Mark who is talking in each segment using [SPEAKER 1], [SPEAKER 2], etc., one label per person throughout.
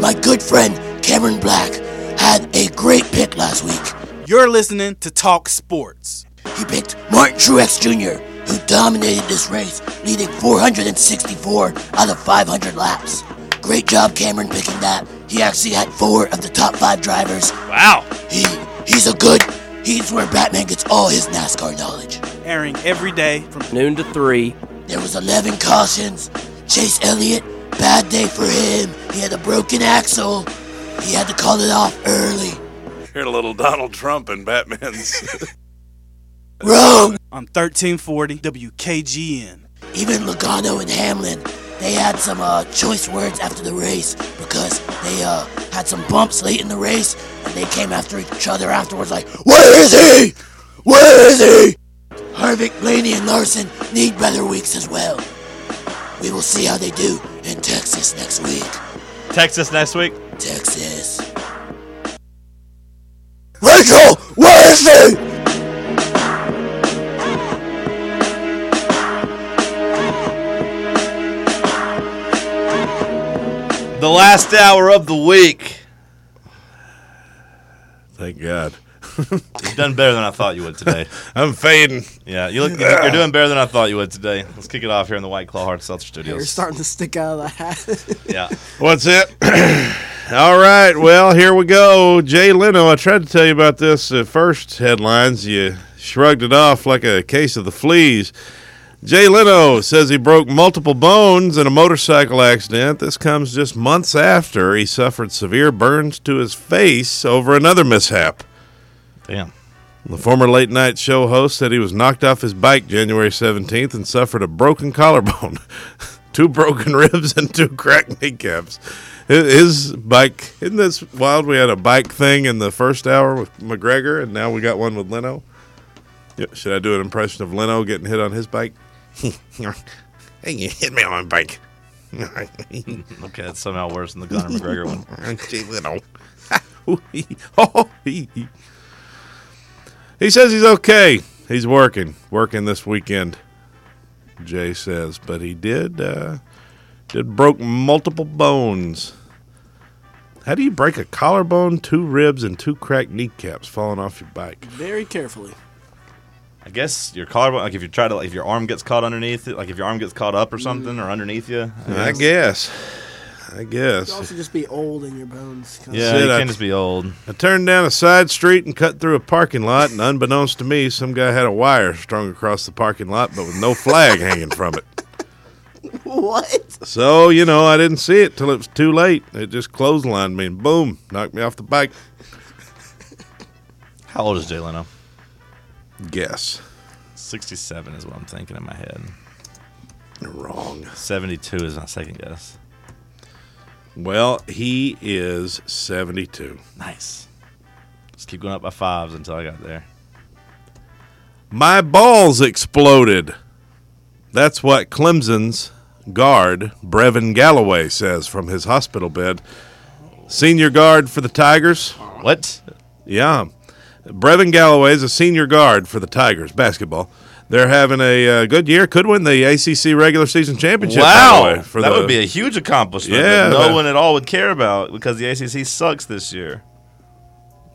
[SPEAKER 1] My good friend Cameron Black had a great pick last week.
[SPEAKER 2] You're listening to Talk Sports.
[SPEAKER 1] He picked Martin Truex Jr., who dominated this race, leading 464 out of 500 laps. Great job, Cameron, picking that. He actually had four of the top five drivers.
[SPEAKER 2] Wow.
[SPEAKER 1] He he's a good. He's where Batman gets all his NASCAR knowledge.
[SPEAKER 2] Airing every day from
[SPEAKER 3] Noon to three.
[SPEAKER 1] There was 11 cautions. Chase Elliott, bad day for him. He had a broken axle. He had to call it off early.
[SPEAKER 4] You're a little Donald Trump in Batman's.
[SPEAKER 1] Wrong.
[SPEAKER 2] on 1340 WKGN.
[SPEAKER 1] Even Logano and Hamlin, they had some uh, choice words after the race because they uh, had some bumps late in the race and they came after each other afterwards like, Where is he? Where is he? Harvick, Blaney, and Larson need better weeks as well. We will see how they do in Texas next week.
[SPEAKER 5] Texas next week.
[SPEAKER 1] Texas. Rachel, where is she?
[SPEAKER 5] The last hour of the week.
[SPEAKER 4] Thank God.
[SPEAKER 5] You've done better than I thought you would today.
[SPEAKER 4] I'm fading.
[SPEAKER 5] Yeah, you look. You're doing better than I thought you would today. Let's kick it off here in the White Claw Hard Seltzer
[SPEAKER 6] You're
[SPEAKER 5] Studios.
[SPEAKER 6] starting to stick out of the hat.
[SPEAKER 5] Yeah,
[SPEAKER 4] What's it? All right. Well, here we go. Jay Leno. I tried to tell you about this uh, first headlines. You shrugged it off like a case of the fleas. Jay Leno says he broke multiple bones in a motorcycle accident. This comes just months after he suffered severe burns to his face over another mishap.
[SPEAKER 5] damn.
[SPEAKER 4] The former late night show host said he was knocked off his bike January 17th and suffered a broken collarbone, two broken ribs, and two cracked kneecaps. Hi- His bike, isn't this wild? We had a bike thing in the first hour with McGregor, and now we got one with Leno. Yeah, Should I do an impression of Leno getting hit on his bike? hey, you hit me on my bike.
[SPEAKER 5] Okay, that's somehow worse than the Conor McGregor one.
[SPEAKER 4] Jay Leno. he says he's okay. He's working, working this weekend. Jay says, but he did uh, did broke multiple bones. How do you break a collarbone, two ribs, and two cracked kneecaps falling off your bike?
[SPEAKER 6] Very carefully.
[SPEAKER 5] I guess your collarbone. Like if you try to, like if your arm gets caught underneath it, like if your arm gets caught up or something or underneath you.
[SPEAKER 4] I guess. I
[SPEAKER 6] You
[SPEAKER 4] guess.
[SPEAKER 6] also just be old in your bones. kinda.
[SPEAKER 5] Yeah,
[SPEAKER 4] Shit,
[SPEAKER 5] you
[SPEAKER 4] I-
[SPEAKER 5] can't just be old.
[SPEAKER 4] I turned down a side street and cut through a parking lot, and unbeknownst to me, some guy had a wire strung across the parking lot, but with no flag hanging from it.
[SPEAKER 6] What?
[SPEAKER 4] So, you know, I didn't see it till it was too late. It just clotheslined me and boom, knocked me off the bike.
[SPEAKER 5] How old is Jay Leno?
[SPEAKER 4] Guess.
[SPEAKER 5] Sixty-seven is what I'm thinking in my head.
[SPEAKER 4] You're wrong.
[SPEAKER 5] Seventy-two is my second guess.
[SPEAKER 4] Well, he is 72.
[SPEAKER 5] Nice. Just keep going up by fives until I got there.
[SPEAKER 4] My balls exploded. That's what Clemson's guard, Brevin Galloway, says from his hospital bed. Senior guard for the Tigers.
[SPEAKER 5] What?
[SPEAKER 4] Yeah. Brevin Galloway is a senior guard for the Tigers basketball. They're having a uh, good year. Could win the ACC regular season championship. by the
[SPEAKER 5] Wow,
[SPEAKER 4] way, for
[SPEAKER 5] that
[SPEAKER 4] the-
[SPEAKER 5] would be a huge accomplishment
[SPEAKER 4] Yeah,
[SPEAKER 5] that no
[SPEAKER 4] but-
[SPEAKER 5] one at all would care about because the ACC sucks this year.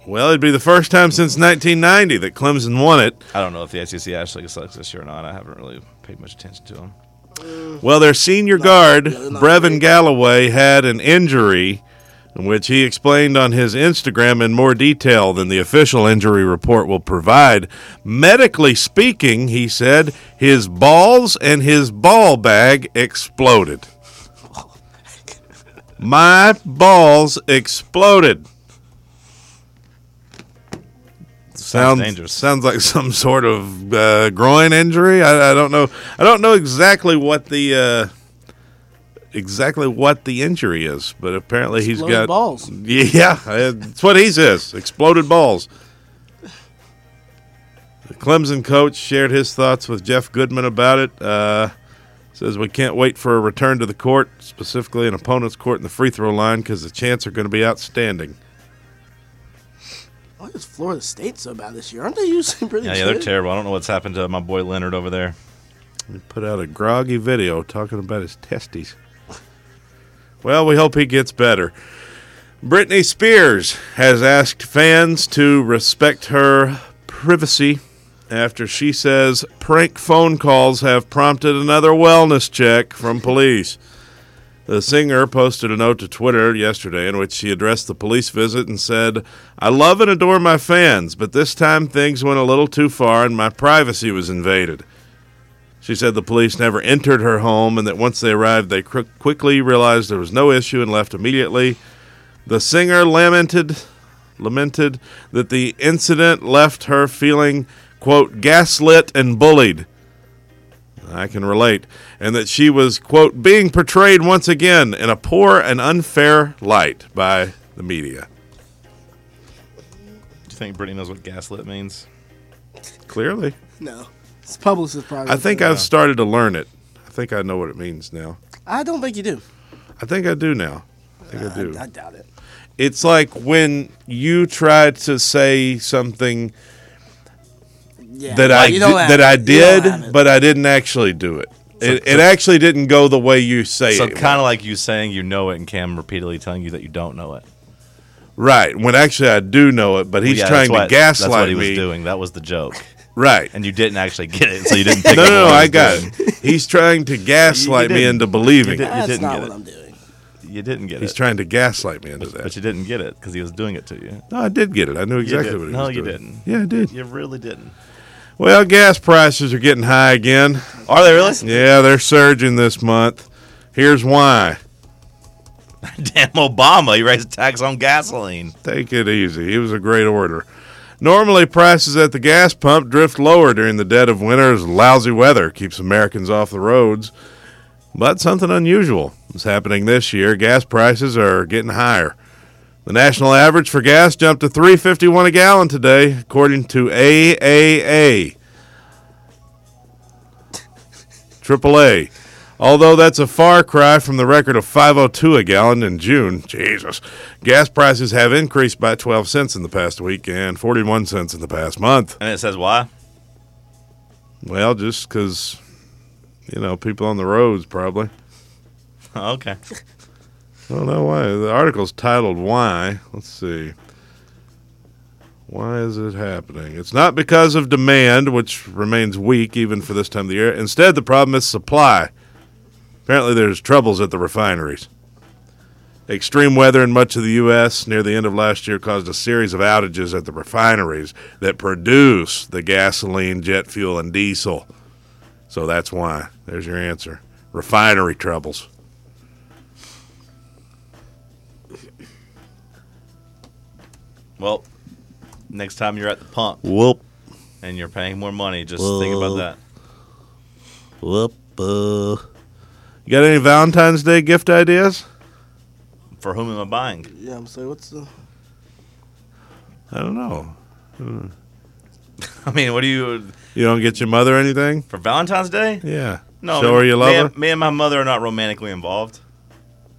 [SPEAKER 4] Well, it'd be the first time since 1990 that Clemson won it.
[SPEAKER 5] I don't know if the ACC actually sucks this year or not. I haven't really paid much attention to them.
[SPEAKER 4] Well, their senior guard,
[SPEAKER 6] they're not
[SPEAKER 4] Brevin Galloway, had an injury, which he explained on his Instagram in more detail than the official injury report will provide. Medically speaking, he said, his balls and his ball bag exploded. My balls exploded. Sounds
[SPEAKER 5] dangerous.
[SPEAKER 4] Sounds like some sort of uh, groin injury. I, I don't know. I don't know exactly what the uh, exactly what the injury is, but apparently he's
[SPEAKER 6] Exploded
[SPEAKER 4] got
[SPEAKER 6] balls.
[SPEAKER 4] Yeah, uh, that's what he says. Exploded balls. The Clemson coach shared his thoughts with Jeff Goodman about it. Uh, says we can't wait for a return to the court, specifically an opponent's court in the free throw line, because the chants are going to be outstanding.
[SPEAKER 6] Why is Florida State so bad this year? Aren't they usually pretty
[SPEAKER 5] Yeah,
[SPEAKER 6] good?
[SPEAKER 5] yeah, they're terrible. I don't know what's happened to my boy Leonard over there.
[SPEAKER 4] He put out a groggy video talking about his testes. Well, we hope he gets better. Britney Spears has asked fans to respect her privacy after she says prank phone calls have prompted another wellness check from police. The singer posted a note to Twitter yesterday in which she addressed the police visit and said, I love and adore my fans, but this time things went a little too far and my privacy was invaded. She said the police never entered her home and that once they arrived, they cr- quickly realized there was no issue and left immediately. The singer lamented lamented that the incident left her feeling quote gaslit and bullied. I can relate and that she was quote being portrayed once again in a poor and unfair light by the media.
[SPEAKER 5] Do you think Brittany knows what gaslit means?
[SPEAKER 4] Clearly.
[SPEAKER 6] No. It's publicist private.
[SPEAKER 4] I think I've started to learn it. I think I know what it means now.
[SPEAKER 6] I don't think you do.
[SPEAKER 4] I think I do now. I think
[SPEAKER 5] Uh,
[SPEAKER 4] I do.
[SPEAKER 6] I doubt it.
[SPEAKER 4] It's like when you try to say something
[SPEAKER 6] Yeah.
[SPEAKER 4] that
[SPEAKER 6] No,
[SPEAKER 4] I di-
[SPEAKER 6] you don't have
[SPEAKER 4] that
[SPEAKER 6] it.
[SPEAKER 4] I
[SPEAKER 6] You don't have
[SPEAKER 4] did,
[SPEAKER 6] it.
[SPEAKER 4] but I didn't actually do it. It, it actually didn't go the way you say
[SPEAKER 5] So
[SPEAKER 4] it.
[SPEAKER 5] kind of like you saying you know it and Cam repeatedly telling you that you don't know it.
[SPEAKER 4] right. When actually I do know it, but he's
[SPEAKER 5] Yeah, that's
[SPEAKER 4] trying
[SPEAKER 5] what-
[SPEAKER 4] to gaslight
[SPEAKER 5] That's what he
[SPEAKER 4] me.
[SPEAKER 5] was doing. That was the joke.
[SPEAKER 4] Right.
[SPEAKER 5] And you didn't actually get it, so you didn't pick
[SPEAKER 4] no,
[SPEAKER 5] up
[SPEAKER 4] no,
[SPEAKER 5] what
[SPEAKER 4] no.
[SPEAKER 5] he
[SPEAKER 4] I
[SPEAKER 5] was
[SPEAKER 4] got
[SPEAKER 5] doing.
[SPEAKER 4] it. He's trying to gaslight me
[SPEAKER 5] didn't.
[SPEAKER 4] into believing. it.
[SPEAKER 5] didn't. You
[SPEAKER 6] That's not
[SPEAKER 5] get
[SPEAKER 6] what
[SPEAKER 5] it.
[SPEAKER 6] I'm doing.
[SPEAKER 5] You didn't get
[SPEAKER 4] He's
[SPEAKER 5] it.
[SPEAKER 4] trying to gaslight me into
[SPEAKER 5] but
[SPEAKER 4] that.
[SPEAKER 5] you didn't get it because he was doing it to you.
[SPEAKER 4] No, I did get it. I knew exactly
[SPEAKER 5] did-
[SPEAKER 4] what he
[SPEAKER 5] no,
[SPEAKER 4] was
[SPEAKER 5] you
[SPEAKER 4] doing.
[SPEAKER 5] didn't.
[SPEAKER 4] Yeah, I did.
[SPEAKER 5] You really didn't.
[SPEAKER 4] Well, gas prices are getting high again.
[SPEAKER 5] Are they really?
[SPEAKER 4] Yeah, they're surging this month. Here's why.
[SPEAKER 5] Damn Obama! He raised a tax on gasoline.
[SPEAKER 4] Take it easy. He was a great order. Normally, prices at the gas pump drift lower during the dead of winter as lousy weather keeps Americans off the roads. But something unusual is happening this year. Gas prices are getting higher. The national average for gas jumped to 3.51 a gallon today, according to AAA. AAA. Although that's a far cry from the record of 502 a gallon in June, Jesus, gas prices have increased by 12 cents in the past week and 41 cents in the past month.
[SPEAKER 5] And it says why?
[SPEAKER 4] Well, just because, you know, people on the roads probably.
[SPEAKER 5] Oh, okay.
[SPEAKER 4] I don't know why. The article's titled Why. Let's see. Why is it happening? It's not because of demand, which remains weak even for this time of the year. Instead, the problem is supply. Apparently, there's troubles at the refineries. Extreme weather in much of the U.S. near the end of last year caused a series of outages at the refineries that produce the gasoline, jet fuel, and diesel. So that's why. There's your answer refinery troubles.
[SPEAKER 5] Well, next time you're at the pump
[SPEAKER 4] Whoop.
[SPEAKER 5] and you're paying more money, just think about that.
[SPEAKER 4] Whoop. You got any Valentine's Day gift ideas?
[SPEAKER 5] For whom am I buying?
[SPEAKER 6] Yeah, I'm saying, what's the.
[SPEAKER 4] I don't know.
[SPEAKER 5] I mean, what do you
[SPEAKER 4] You don't get your mother anything?
[SPEAKER 5] for Valentine's Day?
[SPEAKER 4] Yeah.
[SPEAKER 5] No.
[SPEAKER 4] Show her you love
[SPEAKER 5] me,
[SPEAKER 4] her.
[SPEAKER 5] And, me and my mother are not romantically involved.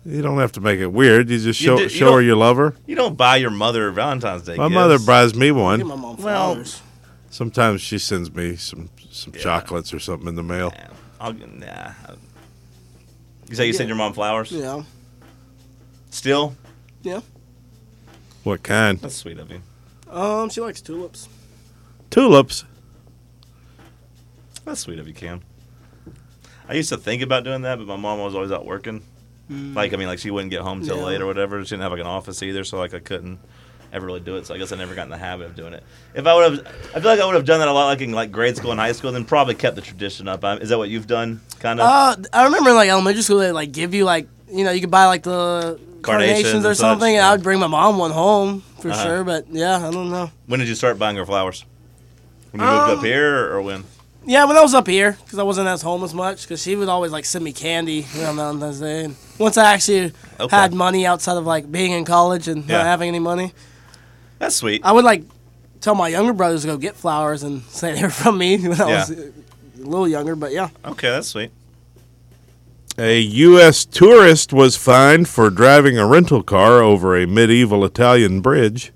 [SPEAKER 4] You don't have to make it weird. You just
[SPEAKER 5] You
[SPEAKER 4] show
[SPEAKER 5] do- you
[SPEAKER 4] show her
[SPEAKER 5] don't-
[SPEAKER 4] you love her.
[SPEAKER 5] You don't buy your mother Valentine's Day.
[SPEAKER 4] My
[SPEAKER 5] gifts.
[SPEAKER 4] mother buys me
[SPEAKER 6] Give my
[SPEAKER 4] one.
[SPEAKER 6] mom
[SPEAKER 5] Well-
[SPEAKER 6] flowers.
[SPEAKER 4] Sometimes she sends me some some chocolates or something in the mail.
[SPEAKER 5] Nah, I'll, nah. You say you send your mom flowers?
[SPEAKER 6] yeah.
[SPEAKER 5] Still?
[SPEAKER 6] Yeah.
[SPEAKER 4] What kind?
[SPEAKER 5] That's sweet of you.
[SPEAKER 6] Um, she likes tulips.
[SPEAKER 4] Tulips.
[SPEAKER 5] That's sweet of you, Cam. I used to think about doing that, but my mom was always out working. Like, I mean, like she wouldn't get home till
[SPEAKER 6] Mm. Yeah.
[SPEAKER 5] late or whatever. She didn't have like an office either, so like I couldn't ever really do it. So I guess I never got in the habit of doing it. If I would have, I feel like I would have done that a lot, like in like grade school and high school, and then probably kept the tradition up. I, is that what you've done, kind of?
[SPEAKER 6] Uh, I remember like elementary school, they like give you like you know you could buy like the carnations,
[SPEAKER 5] Carnations and
[SPEAKER 6] or
[SPEAKER 5] such,
[SPEAKER 6] something, and
[SPEAKER 5] yeah.
[SPEAKER 6] I would bring my mom one home for
[SPEAKER 5] Uh-huh.
[SPEAKER 6] sure. But yeah, I don't know.
[SPEAKER 5] when did you start buying her flowers? When you moved up
[SPEAKER 6] Um,
[SPEAKER 5] here, or, or when?
[SPEAKER 6] Yeah, when I was up here, because I wasn't as home as much, because she would always like send me candy around Valentine's Day. And once I actually
[SPEAKER 5] Okay.
[SPEAKER 6] had money outside of like being in college and
[SPEAKER 5] Yeah.
[SPEAKER 6] not having any money,
[SPEAKER 5] That's sweet.
[SPEAKER 6] I would like tell my younger brothers to go get flowers and say they were from me when I
[SPEAKER 5] Yeah.
[SPEAKER 6] was uh, a little younger. But yeah,
[SPEAKER 5] Okay, that's sweet.
[SPEAKER 4] A U.S. tourist was fined for driving a rental car over a medieval Italian bridge.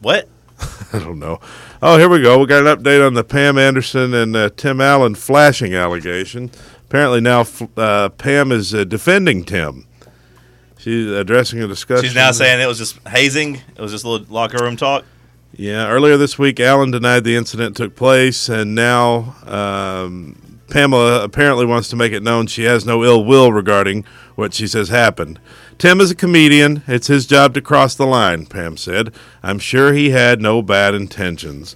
[SPEAKER 5] What?
[SPEAKER 4] I don't know. Oh, here we go. We got an update on the Pam Anderson and uh, Tim Allen flashing allegation. Apparently now f- uh, Pam is uh, defending Tim. She's addressing a discussion.
[SPEAKER 5] She's now saying it was just hazing. It was just a little locker room talk.
[SPEAKER 4] Yeah, earlier this week, Allen denied the incident took place, and now um, Pamela apparently wants to make it known she has no ill will regarding what she says happened. Tim is a comedian. It's his job to cross the line, Pam said. I'm sure he had no bad intentions.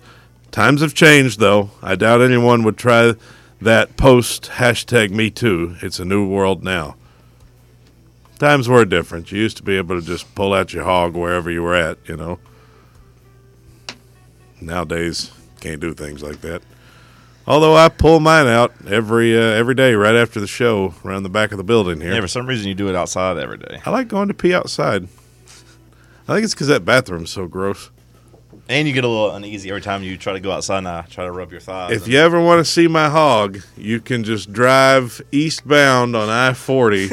[SPEAKER 4] Times have changed, though. I doubt anyone would try that post hashtag me too. It's a new world now. Times were different. You used to be able to just pull out your hog wherever you were at, you know nowadays can't do things like that. Although I pull mine out every uh, every day right after the show around the back of the building here.
[SPEAKER 5] Yeah, for some reason you do it outside every day,
[SPEAKER 4] I like going to pee outside. I think it's because that bathroom's so gross.
[SPEAKER 5] and you get a little uneasy every time you try to go outside and I try to rub your thighs.
[SPEAKER 4] If you ever want to see my hog, you can just drive eastbound on I forty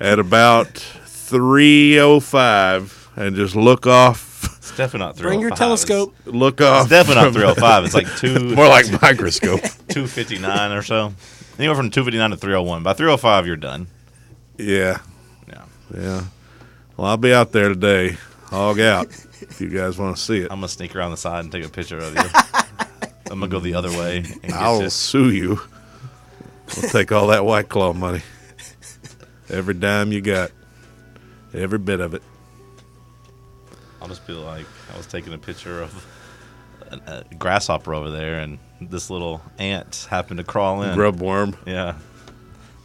[SPEAKER 4] at about three oh five and just look off,
[SPEAKER 5] it's definitely not 305.
[SPEAKER 6] Bring your telescope.
[SPEAKER 4] look off.
[SPEAKER 5] It's definitely not
[SPEAKER 4] from-
[SPEAKER 5] 305. It's like two,
[SPEAKER 4] More like microscope.
[SPEAKER 5] 259 or so. Anywhere from 259 to 301. By 305, you're done.
[SPEAKER 4] yeah.
[SPEAKER 5] Yeah,
[SPEAKER 4] Yeah. Well, I'll be out there today. Hog out. if you guys want to see it,
[SPEAKER 5] I'm gonna sneak around the side and take a picture of you. I'm gonna go the other way. And get
[SPEAKER 4] I'll
[SPEAKER 5] you.
[SPEAKER 4] sue you. We'll take all that White Claw money. Every dime you got. Every bit of it.
[SPEAKER 5] I'll just be like, I was taking a picture of a, a grasshopper over there, and this little ant happened to crawl in.
[SPEAKER 4] Grub worm.
[SPEAKER 5] Yeah.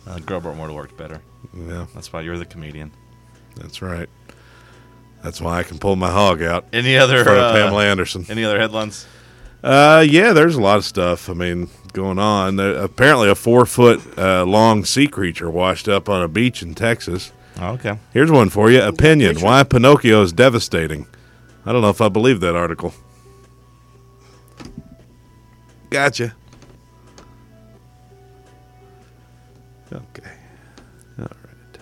[SPEAKER 5] Uh, grub would have worked better.
[SPEAKER 4] Yeah,
[SPEAKER 5] That's why you're the comedian.
[SPEAKER 4] that's right. That's why I can pull my hog out in
[SPEAKER 5] Any other
[SPEAKER 4] front
[SPEAKER 5] uh,
[SPEAKER 4] of Pamela Anderson.
[SPEAKER 5] Any other headlines?
[SPEAKER 4] Uh, yeah, there's a lot of stuff. I mean, going on. There, apparently, a four foot uh, long sea creature washed up on a beach in Texas.
[SPEAKER 5] Oh, okay.
[SPEAKER 4] Here's one for you. Opinion:
[SPEAKER 6] picture.
[SPEAKER 4] Why Pinocchio is devastating. I don't know if I believe that article. Gotcha. Okay. All right.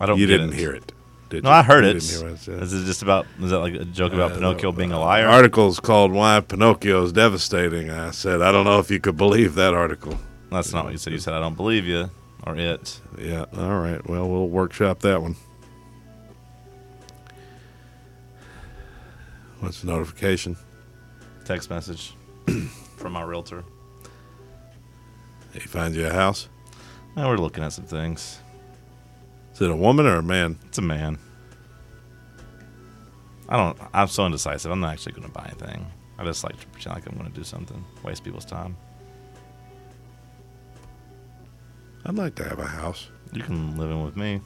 [SPEAKER 5] I don't.
[SPEAKER 4] you
[SPEAKER 5] get
[SPEAKER 4] didn't hear it, did
[SPEAKER 5] No,
[SPEAKER 4] you?
[SPEAKER 5] I heard
[SPEAKER 4] You
[SPEAKER 5] it.
[SPEAKER 4] didn't hear what I
[SPEAKER 5] Is
[SPEAKER 4] said.
[SPEAKER 5] it just about? Is that like a joke about
[SPEAKER 4] Uh,
[SPEAKER 5] Pinocchio
[SPEAKER 4] no,
[SPEAKER 5] being a
[SPEAKER 4] uh,
[SPEAKER 5] liar?
[SPEAKER 4] Article's called "Why Pinocchio is Devastating." I said, I don't know if you could believe that article.
[SPEAKER 5] That's not what you said. You said I don't believe you or it.
[SPEAKER 4] Yeah. All right. Well, we'll workshop that one. What's the notification?
[SPEAKER 5] Text message from my realtor.
[SPEAKER 4] He finds you a house.
[SPEAKER 5] Now we're looking at some things.
[SPEAKER 4] Is it a woman or a man?
[SPEAKER 5] It's a man. I don't. I'm so indecisive. I'm not actually going to buy anything. I just like to pretend like I'm going to do something. Waste people's time.
[SPEAKER 4] I'd like to have a house.
[SPEAKER 5] You can live in with me.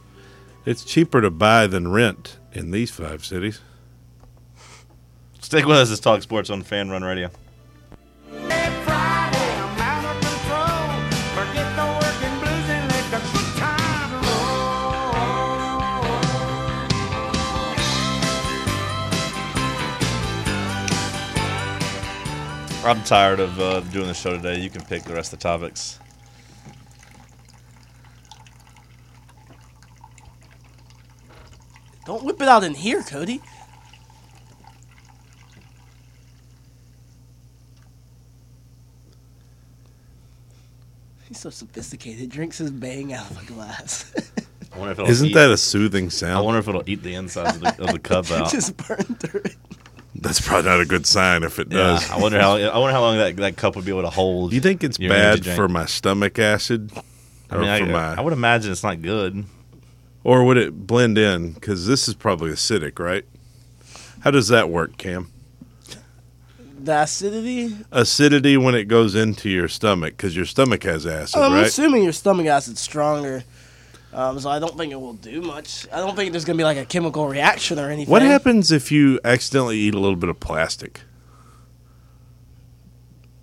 [SPEAKER 4] It's cheaper to buy than rent in these five cities.
[SPEAKER 5] Stick with us. It's Talk Sports on Fan Run Radio. I'm tired of uh, doing the show today. You can pick the rest of the topics.
[SPEAKER 6] Don't whip it out in here, Cody. He's so sophisticated. Drinks his bang out of a glass.
[SPEAKER 5] I wonder if it'll
[SPEAKER 4] Isn't
[SPEAKER 5] eat-
[SPEAKER 4] that a soothing
[SPEAKER 5] Oh, I
[SPEAKER 4] sound?
[SPEAKER 5] wonder if it'll eat the insides of the, of the cup out.
[SPEAKER 6] Just burned through it.
[SPEAKER 4] That's probably not a good sign if it
[SPEAKER 5] Yeah,
[SPEAKER 4] does.
[SPEAKER 5] Uh, I wonder how I wonder how long that, that cup would be able to hold.
[SPEAKER 4] Do you think it's
[SPEAKER 5] your energy
[SPEAKER 4] bad
[SPEAKER 5] drink.
[SPEAKER 4] for my stomach acid?
[SPEAKER 5] I
[SPEAKER 4] or,
[SPEAKER 5] mean, I,
[SPEAKER 4] for my-
[SPEAKER 5] I would imagine it's not good.
[SPEAKER 4] or would it blend in? Because this is probably acidic, right? How does that work, Cam?
[SPEAKER 6] The acidity.
[SPEAKER 4] Acidity when it goes into your stomach, because your stomach has acid,
[SPEAKER 6] I'm
[SPEAKER 4] right?
[SPEAKER 6] assuming your stomach acid's stronger. Um, so I don't think it will do much. I don't think there's gonna be like a chemical reaction or anything.
[SPEAKER 4] What happens if you accidentally eat a little bit of plastic?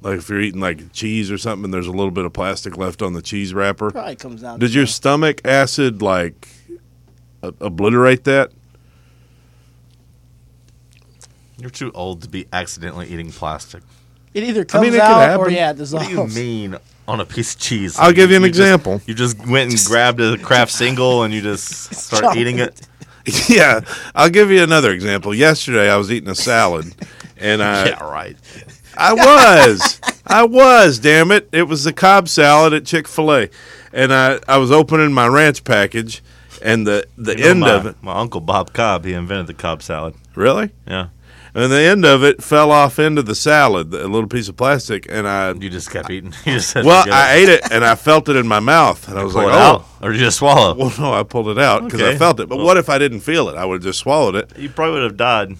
[SPEAKER 4] Like if you're eating like cheese or something, and there's a little bit of plastic left on the cheese wrapper.
[SPEAKER 6] Probably comes out.
[SPEAKER 4] Does your stomach acid like ob- obliterate that?
[SPEAKER 5] You're too old to be accidentally eating plastic.
[SPEAKER 6] It either comes
[SPEAKER 4] I mean, it could
[SPEAKER 6] out or
[SPEAKER 4] happen.
[SPEAKER 6] yeah, it
[SPEAKER 5] What
[SPEAKER 6] dissolves.
[SPEAKER 5] do you mean on a piece of cheese?
[SPEAKER 4] I'll give you an
[SPEAKER 5] just-
[SPEAKER 4] example.
[SPEAKER 5] you just went and grabbed a craft single and you just start
[SPEAKER 6] chocolate.
[SPEAKER 5] eating it.
[SPEAKER 4] yeah, I'll give you another example. Yesterday, I was eating a salad, and I
[SPEAKER 5] yeah, right.
[SPEAKER 4] I was. I was, damn it. It was the Cobb salad at Chick fil A. And I, I was opening my ranch package and the the
[SPEAKER 5] You know,
[SPEAKER 4] end
[SPEAKER 5] my,
[SPEAKER 4] of it
[SPEAKER 5] My uncle Bob Cobb, he invented the Cobb salad.
[SPEAKER 4] really,
[SPEAKER 5] Yeah.
[SPEAKER 4] and the end of it fell off into the salad, a little piece of plastic, and I
[SPEAKER 5] You just kept eating. You just said
[SPEAKER 4] well, I ate it and I felt it in my mouth, and I was
[SPEAKER 5] pull
[SPEAKER 4] like,
[SPEAKER 5] it
[SPEAKER 4] oh.
[SPEAKER 5] out, or you just swallow.
[SPEAKER 4] Well, no, I pulled it out because I
[SPEAKER 5] Okay.
[SPEAKER 4] felt it. But what if I didn't feel it? I would have just swallowed it.
[SPEAKER 5] you probably would have died.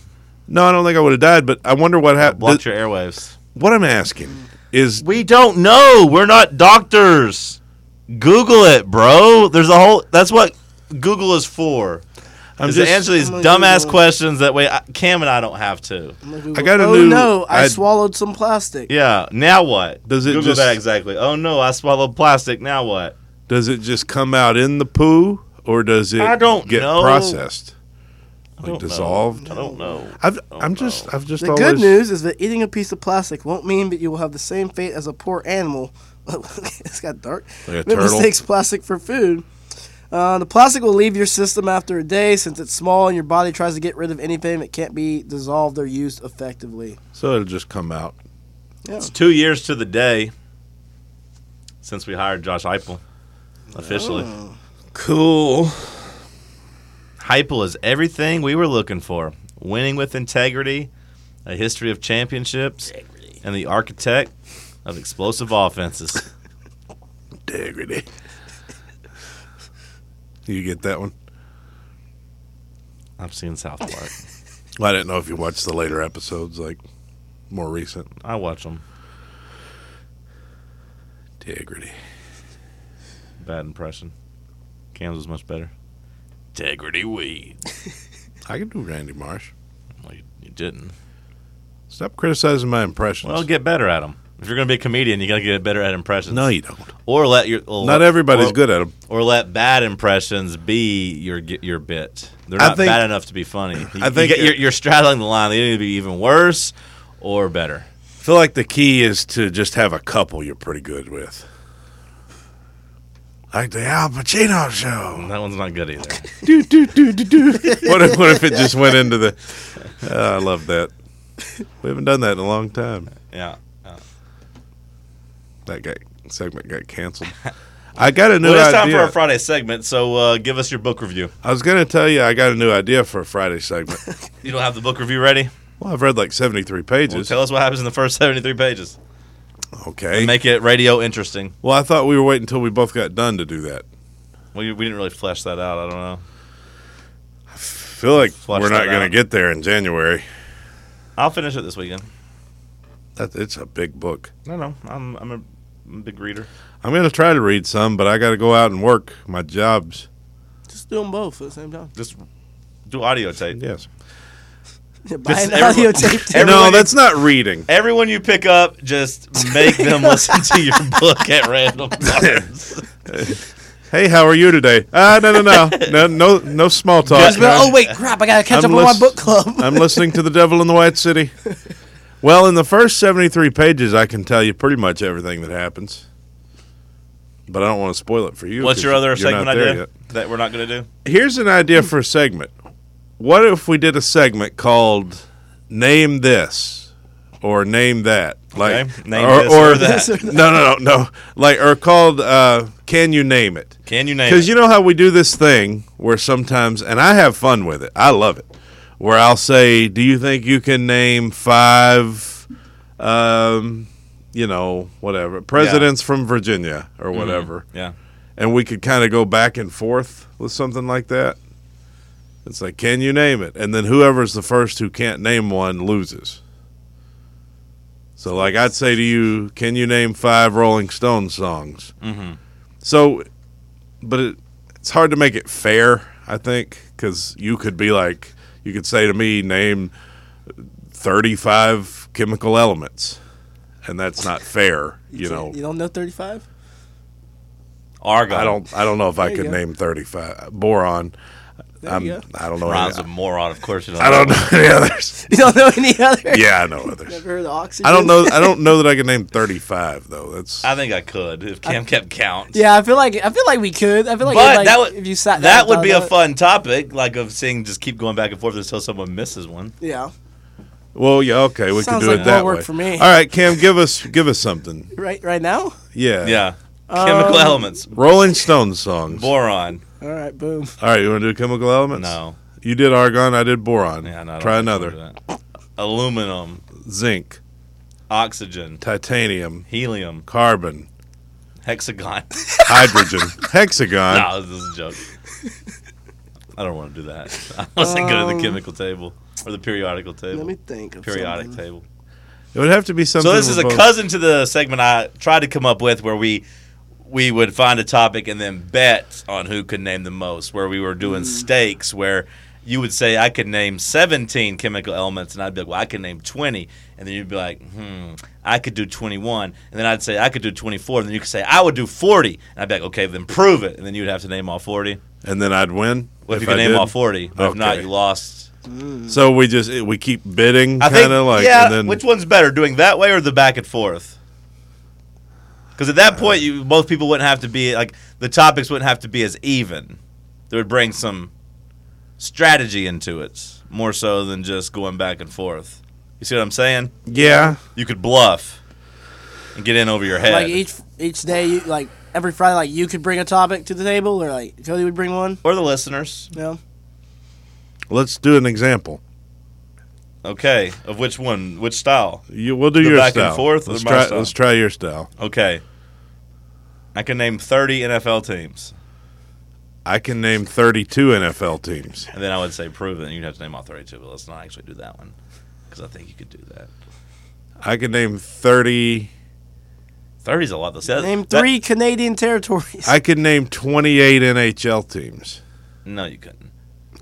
[SPEAKER 4] No, I don't think I would have died. But I wonder what happened.
[SPEAKER 5] Blocked your airwaves.
[SPEAKER 4] What I'm asking is,
[SPEAKER 5] We don't know. We're not doctors. Google it, bro. There's a whole. That's what Google is for.
[SPEAKER 4] I'm
[SPEAKER 5] is
[SPEAKER 4] just.
[SPEAKER 5] to answer these
[SPEAKER 6] I'm gonna
[SPEAKER 5] dumbass
[SPEAKER 6] Google it.
[SPEAKER 5] questions that way I, Cam and I don't have to.
[SPEAKER 6] Like,
[SPEAKER 4] I got a
[SPEAKER 6] oh
[SPEAKER 4] new-
[SPEAKER 6] no, I,
[SPEAKER 4] I-
[SPEAKER 6] swallowed some plastic.
[SPEAKER 5] Yeah. Now what?
[SPEAKER 4] Does it
[SPEAKER 5] Google
[SPEAKER 4] just-
[SPEAKER 5] that exactly? Oh no, I swallowed plastic. Now what?
[SPEAKER 4] Does it just come out in the poo, or does it
[SPEAKER 5] I don't
[SPEAKER 4] get
[SPEAKER 5] know.
[SPEAKER 4] processed, like
[SPEAKER 5] don't know.
[SPEAKER 4] dissolved?
[SPEAKER 5] I don't know.
[SPEAKER 4] I've,
[SPEAKER 5] don't
[SPEAKER 4] I'm just.
[SPEAKER 5] know.
[SPEAKER 4] I've just.
[SPEAKER 6] The
[SPEAKER 4] always,
[SPEAKER 6] good news is that eating a piece of plastic won't mean that you will have the same fate as a poor animal. it's got dark.
[SPEAKER 4] Like a
[SPEAKER 6] that
[SPEAKER 4] turtle.
[SPEAKER 6] mistakes plastic for food. Uh, the plastic will leave your system after a day since it's small and your body tries to get rid of anything that can't be dissolved or used effectively.
[SPEAKER 4] So it'll just come out.
[SPEAKER 5] It's two years to the day since we hired Josh Heupel officially.
[SPEAKER 4] Oh, Cool.
[SPEAKER 5] Heupel is everything we were looking for: winning with integrity, a history of championships, and the architect of explosive offenses.
[SPEAKER 4] Integrity. you get that one?
[SPEAKER 5] I've seen South Park.
[SPEAKER 4] Well, I didn't know if you watched the later episodes, like more recent.
[SPEAKER 5] I watch them.
[SPEAKER 4] Integrity.
[SPEAKER 5] Bad impression. Cam's was much better. Integrity weed.
[SPEAKER 4] I can do Randy Marsh.
[SPEAKER 5] Well, you, you didn't.
[SPEAKER 4] Stop criticizing my impressions.
[SPEAKER 5] Well, get better at them. If you're going to be a comedian, you got to get better at impressions.
[SPEAKER 4] no, you don't.
[SPEAKER 5] Or let your or
[SPEAKER 4] Not
[SPEAKER 5] let-
[SPEAKER 4] everybody's
[SPEAKER 5] or-
[SPEAKER 4] good at them.
[SPEAKER 5] Or let bad impressions be your gi- your bit. They're
[SPEAKER 4] I
[SPEAKER 5] not
[SPEAKER 4] think-
[SPEAKER 5] bad enough to be funny. You,
[SPEAKER 4] I
[SPEAKER 5] I
[SPEAKER 4] think
[SPEAKER 5] think you
[SPEAKER 4] it-
[SPEAKER 5] are you're straddling the line. They need to be even worse or better.
[SPEAKER 4] I feel like the key is to just have a couple you're pretty good with. Like the Al Pacino show.
[SPEAKER 5] That one's not good either.
[SPEAKER 4] do, do, do, do, do. What if, what if it just went into the. Oh, I love that. We haven't done that in a long time.
[SPEAKER 5] yeah. yeah.
[SPEAKER 4] That got, segment got canceled. I got a new
[SPEAKER 5] Well, it's time
[SPEAKER 4] idea.
[SPEAKER 5] for our Friday segment, so uh, give us your book review.
[SPEAKER 4] I was going to tell you I got a new idea for a Friday segment.
[SPEAKER 5] You don't have the book review ready?
[SPEAKER 4] well, I've read like 73
[SPEAKER 5] Well,
[SPEAKER 4] pages.
[SPEAKER 5] tell us what happens in the first 73 pages.
[SPEAKER 4] okay.
[SPEAKER 5] Make it radio interesting.
[SPEAKER 4] Well, I thought we were waiting until we both got done to do that.
[SPEAKER 5] We, we didn't really flesh that out. I don't know.
[SPEAKER 4] feel like
[SPEAKER 5] Flush
[SPEAKER 4] we're not
[SPEAKER 5] that
[SPEAKER 4] going to
[SPEAKER 5] out.
[SPEAKER 4] get there in January.
[SPEAKER 5] I'll finish it this weekend.
[SPEAKER 4] That, it's a big book.
[SPEAKER 5] No, no. I'm, I'm, a, I'm a big reader.
[SPEAKER 4] I'm going to try to read some, but I got to go out and work my jobs.
[SPEAKER 6] Just do them both at the same time.
[SPEAKER 5] Just do audio tape.
[SPEAKER 4] Yes.
[SPEAKER 6] Buy an
[SPEAKER 5] everyone-
[SPEAKER 6] audio tape. too.
[SPEAKER 5] Everyone
[SPEAKER 4] no,
[SPEAKER 5] you-
[SPEAKER 4] that's not reading.
[SPEAKER 5] Everyone you pick up, just make them listen to your book at random times.
[SPEAKER 4] Hey, how are you today? Ah, no, no, no, no, no, no small talk.
[SPEAKER 6] Just be like, oh wait, crap! I gotta catch
[SPEAKER 4] I'm
[SPEAKER 6] up on my
[SPEAKER 4] lis-
[SPEAKER 6] book club.
[SPEAKER 4] I'm listening to The Devil in the White City. Well, in the first 73 pages, I can tell you pretty much everything that happens, but I don't want to spoil it for you.
[SPEAKER 5] What's
[SPEAKER 4] 'cause
[SPEAKER 5] your other
[SPEAKER 4] you're not
[SPEAKER 5] segment
[SPEAKER 4] there
[SPEAKER 5] idea
[SPEAKER 4] yet.
[SPEAKER 5] that we're not going to do?
[SPEAKER 4] here's an idea for a segment. What if we did a segment called "Name This" or "Name That"? Like
[SPEAKER 5] Okay. Name
[SPEAKER 4] or,
[SPEAKER 5] this
[SPEAKER 4] or-
[SPEAKER 5] or that.
[SPEAKER 4] No, no, no, no. Like or called uh, "Can You Name It?"
[SPEAKER 5] Can you name?
[SPEAKER 4] Because
[SPEAKER 5] Because
[SPEAKER 4] you know how we do this thing where sometimes, and I have fun with it. I love it. Where I'll say, "Do you think you can name five, um, you know, whatever presidents from Virginia or whatever?"
[SPEAKER 5] yeah,
[SPEAKER 4] and we could kind of go back and forth with something like that. It's like, can you name it? And then whoever's the first who can't name one loses. So, like, I'd say to you, can you name five Rolling Stones songs? Mm-hmm. So, but it, it's hard to make it fair, I think, because you could be like, you could say to me, name 35 chemical elements. And that's not fair, you know.
[SPEAKER 6] you don't know 35?
[SPEAKER 5] Argon.
[SPEAKER 4] I don't. I don't know if I
[SPEAKER 6] you
[SPEAKER 4] could
[SPEAKER 6] go.
[SPEAKER 4] name thirty-five boron.
[SPEAKER 6] There
[SPEAKER 4] I'm,
[SPEAKER 6] you go.
[SPEAKER 4] I don't know.
[SPEAKER 5] Rhymes a
[SPEAKER 4] Any,
[SPEAKER 5] moron. Of course you don't.
[SPEAKER 4] I don't know any others.
[SPEAKER 6] You don't know any other?
[SPEAKER 4] Yeah, I know others.
[SPEAKER 6] Never heard of oxygen?
[SPEAKER 4] I don't know. I don't know that I can name thirty-five though. That's
[SPEAKER 5] I think I could if Cam kept count.
[SPEAKER 6] Yeah, I feel like I feel like we could. I feel like,
[SPEAKER 5] but
[SPEAKER 6] if, like,
[SPEAKER 5] that would
[SPEAKER 6] if you sat down
[SPEAKER 5] that
[SPEAKER 6] and
[SPEAKER 5] would
[SPEAKER 6] thought
[SPEAKER 5] be a
[SPEAKER 6] about it-
[SPEAKER 5] fun topic, like of seeing just keep going back and forth until someone misses one.
[SPEAKER 6] Yeah,
[SPEAKER 4] well, yeah, okay. We could
[SPEAKER 6] Sounds
[SPEAKER 4] do
[SPEAKER 6] like
[SPEAKER 4] it that
[SPEAKER 6] more work
[SPEAKER 4] way.
[SPEAKER 6] for me.
[SPEAKER 4] All right, Cam, give us give us something.
[SPEAKER 6] right right now.
[SPEAKER 4] Yeah, Um,
[SPEAKER 5] Yeah, chemical elements,
[SPEAKER 4] Rolling Stones songs.
[SPEAKER 5] boron,
[SPEAKER 6] All right, boom.
[SPEAKER 4] All right, you want to do chemical elements?
[SPEAKER 5] No.
[SPEAKER 4] You did argon. I did boron.
[SPEAKER 5] Yeah, no, I don't
[SPEAKER 4] Try
[SPEAKER 5] like
[SPEAKER 4] another.
[SPEAKER 5] that. Aluminum,
[SPEAKER 4] Zinc,
[SPEAKER 5] oxygen,
[SPEAKER 4] titanium,
[SPEAKER 5] helium,
[SPEAKER 4] carbon,
[SPEAKER 5] hexagon.
[SPEAKER 4] hydrogen, hexagon.
[SPEAKER 5] no, this is a joke. I don't want to do that. I wasn't good at the chemical table or the periodical table.
[SPEAKER 6] Um, Let me think. Of
[SPEAKER 5] periodic
[SPEAKER 6] something.
[SPEAKER 5] table.
[SPEAKER 4] It would have to be something.
[SPEAKER 5] So this is a
[SPEAKER 4] with both-
[SPEAKER 5] cousin to the segment I tried to come up with where we we would find a topic and then bet on who could name the most. Where we were
[SPEAKER 6] Hmm.
[SPEAKER 5] doing stakes where you would say I could name 17 chemical elements and I'd be like, "Well, I can name 20." And then you'd be like, "Hmm, I could do 21." And then I'd say I could do 24, and then you could say I would do 40. And I'd be like, "Okay, then prove it." And then you'd have to name all 40.
[SPEAKER 4] And then I'd win.
[SPEAKER 5] Well, if, you could
[SPEAKER 4] I
[SPEAKER 5] name
[SPEAKER 4] did.
[SPEAKER 5] all 40, but if not,
[SPEAKER 4] Okay.
[SPEAKER 5] you lost.
[SPEAKER 4] So we just it- we keep bidding,
[SPEAKER 5] I think,
[SPEAKER 4] kind of like
[SPEAKER 5] yeah.
[SPEAKER 4] and then
[SPEAKER 5] which one's better, doing that way or the back and forth? Because at that point, you both people wouldn't have to be like the topics wouldn't have to be as even. They would bring some strategy into it more so than just going back and forth. You see what I'm saying?
[SPEAKER 4] yeah.
[SPEAKER 5] You could bluff and get in over your head,
[SPEAKER 6] Like each each day, you, like every Friday, like you could bring a topic to the table, or like Cody would bring one.
[SPEAKER 5] or the listeners.
[SPEAKER 6] No.
[SPEAKER 4] Let's do an example.
[SPEAKER 5] Okay, of which one, which style?
[SPEAKER 4] You, we'll do
[SPEAKER 5] The
[SPEAKER 4] your
[SPEAKER 5] back and
[SPEAKER 4] style.
[SPEAKER 5] forth or
[SPEAKER 4] Let's
[SPEAKER 5] my
[SPEAKER 4] try.
[SPEAKER 5] style?
[SPEAKER 4] Let's try your style.
[SPEAKER 5] Okay, I can name 30 NFL teams,
[SPEAKER 4] I can name 32 NFL teams.
[SPEAKER 5] and then I would say prove it. And you'd have to name all 32, but let's not actually do that one because I think you could do that.
[SPEAKER 4] I can name 30.
[SPEAKER 5] 30's a lot. Though. See, that-
[SPEAKER 6] Name
[SPEAKER 5] that-
[SPEAKER 6] three Canadian territories.
[SPEAKER 4] I can name 28 NHL teams.
[SPEAKER 5] no, you couldn't.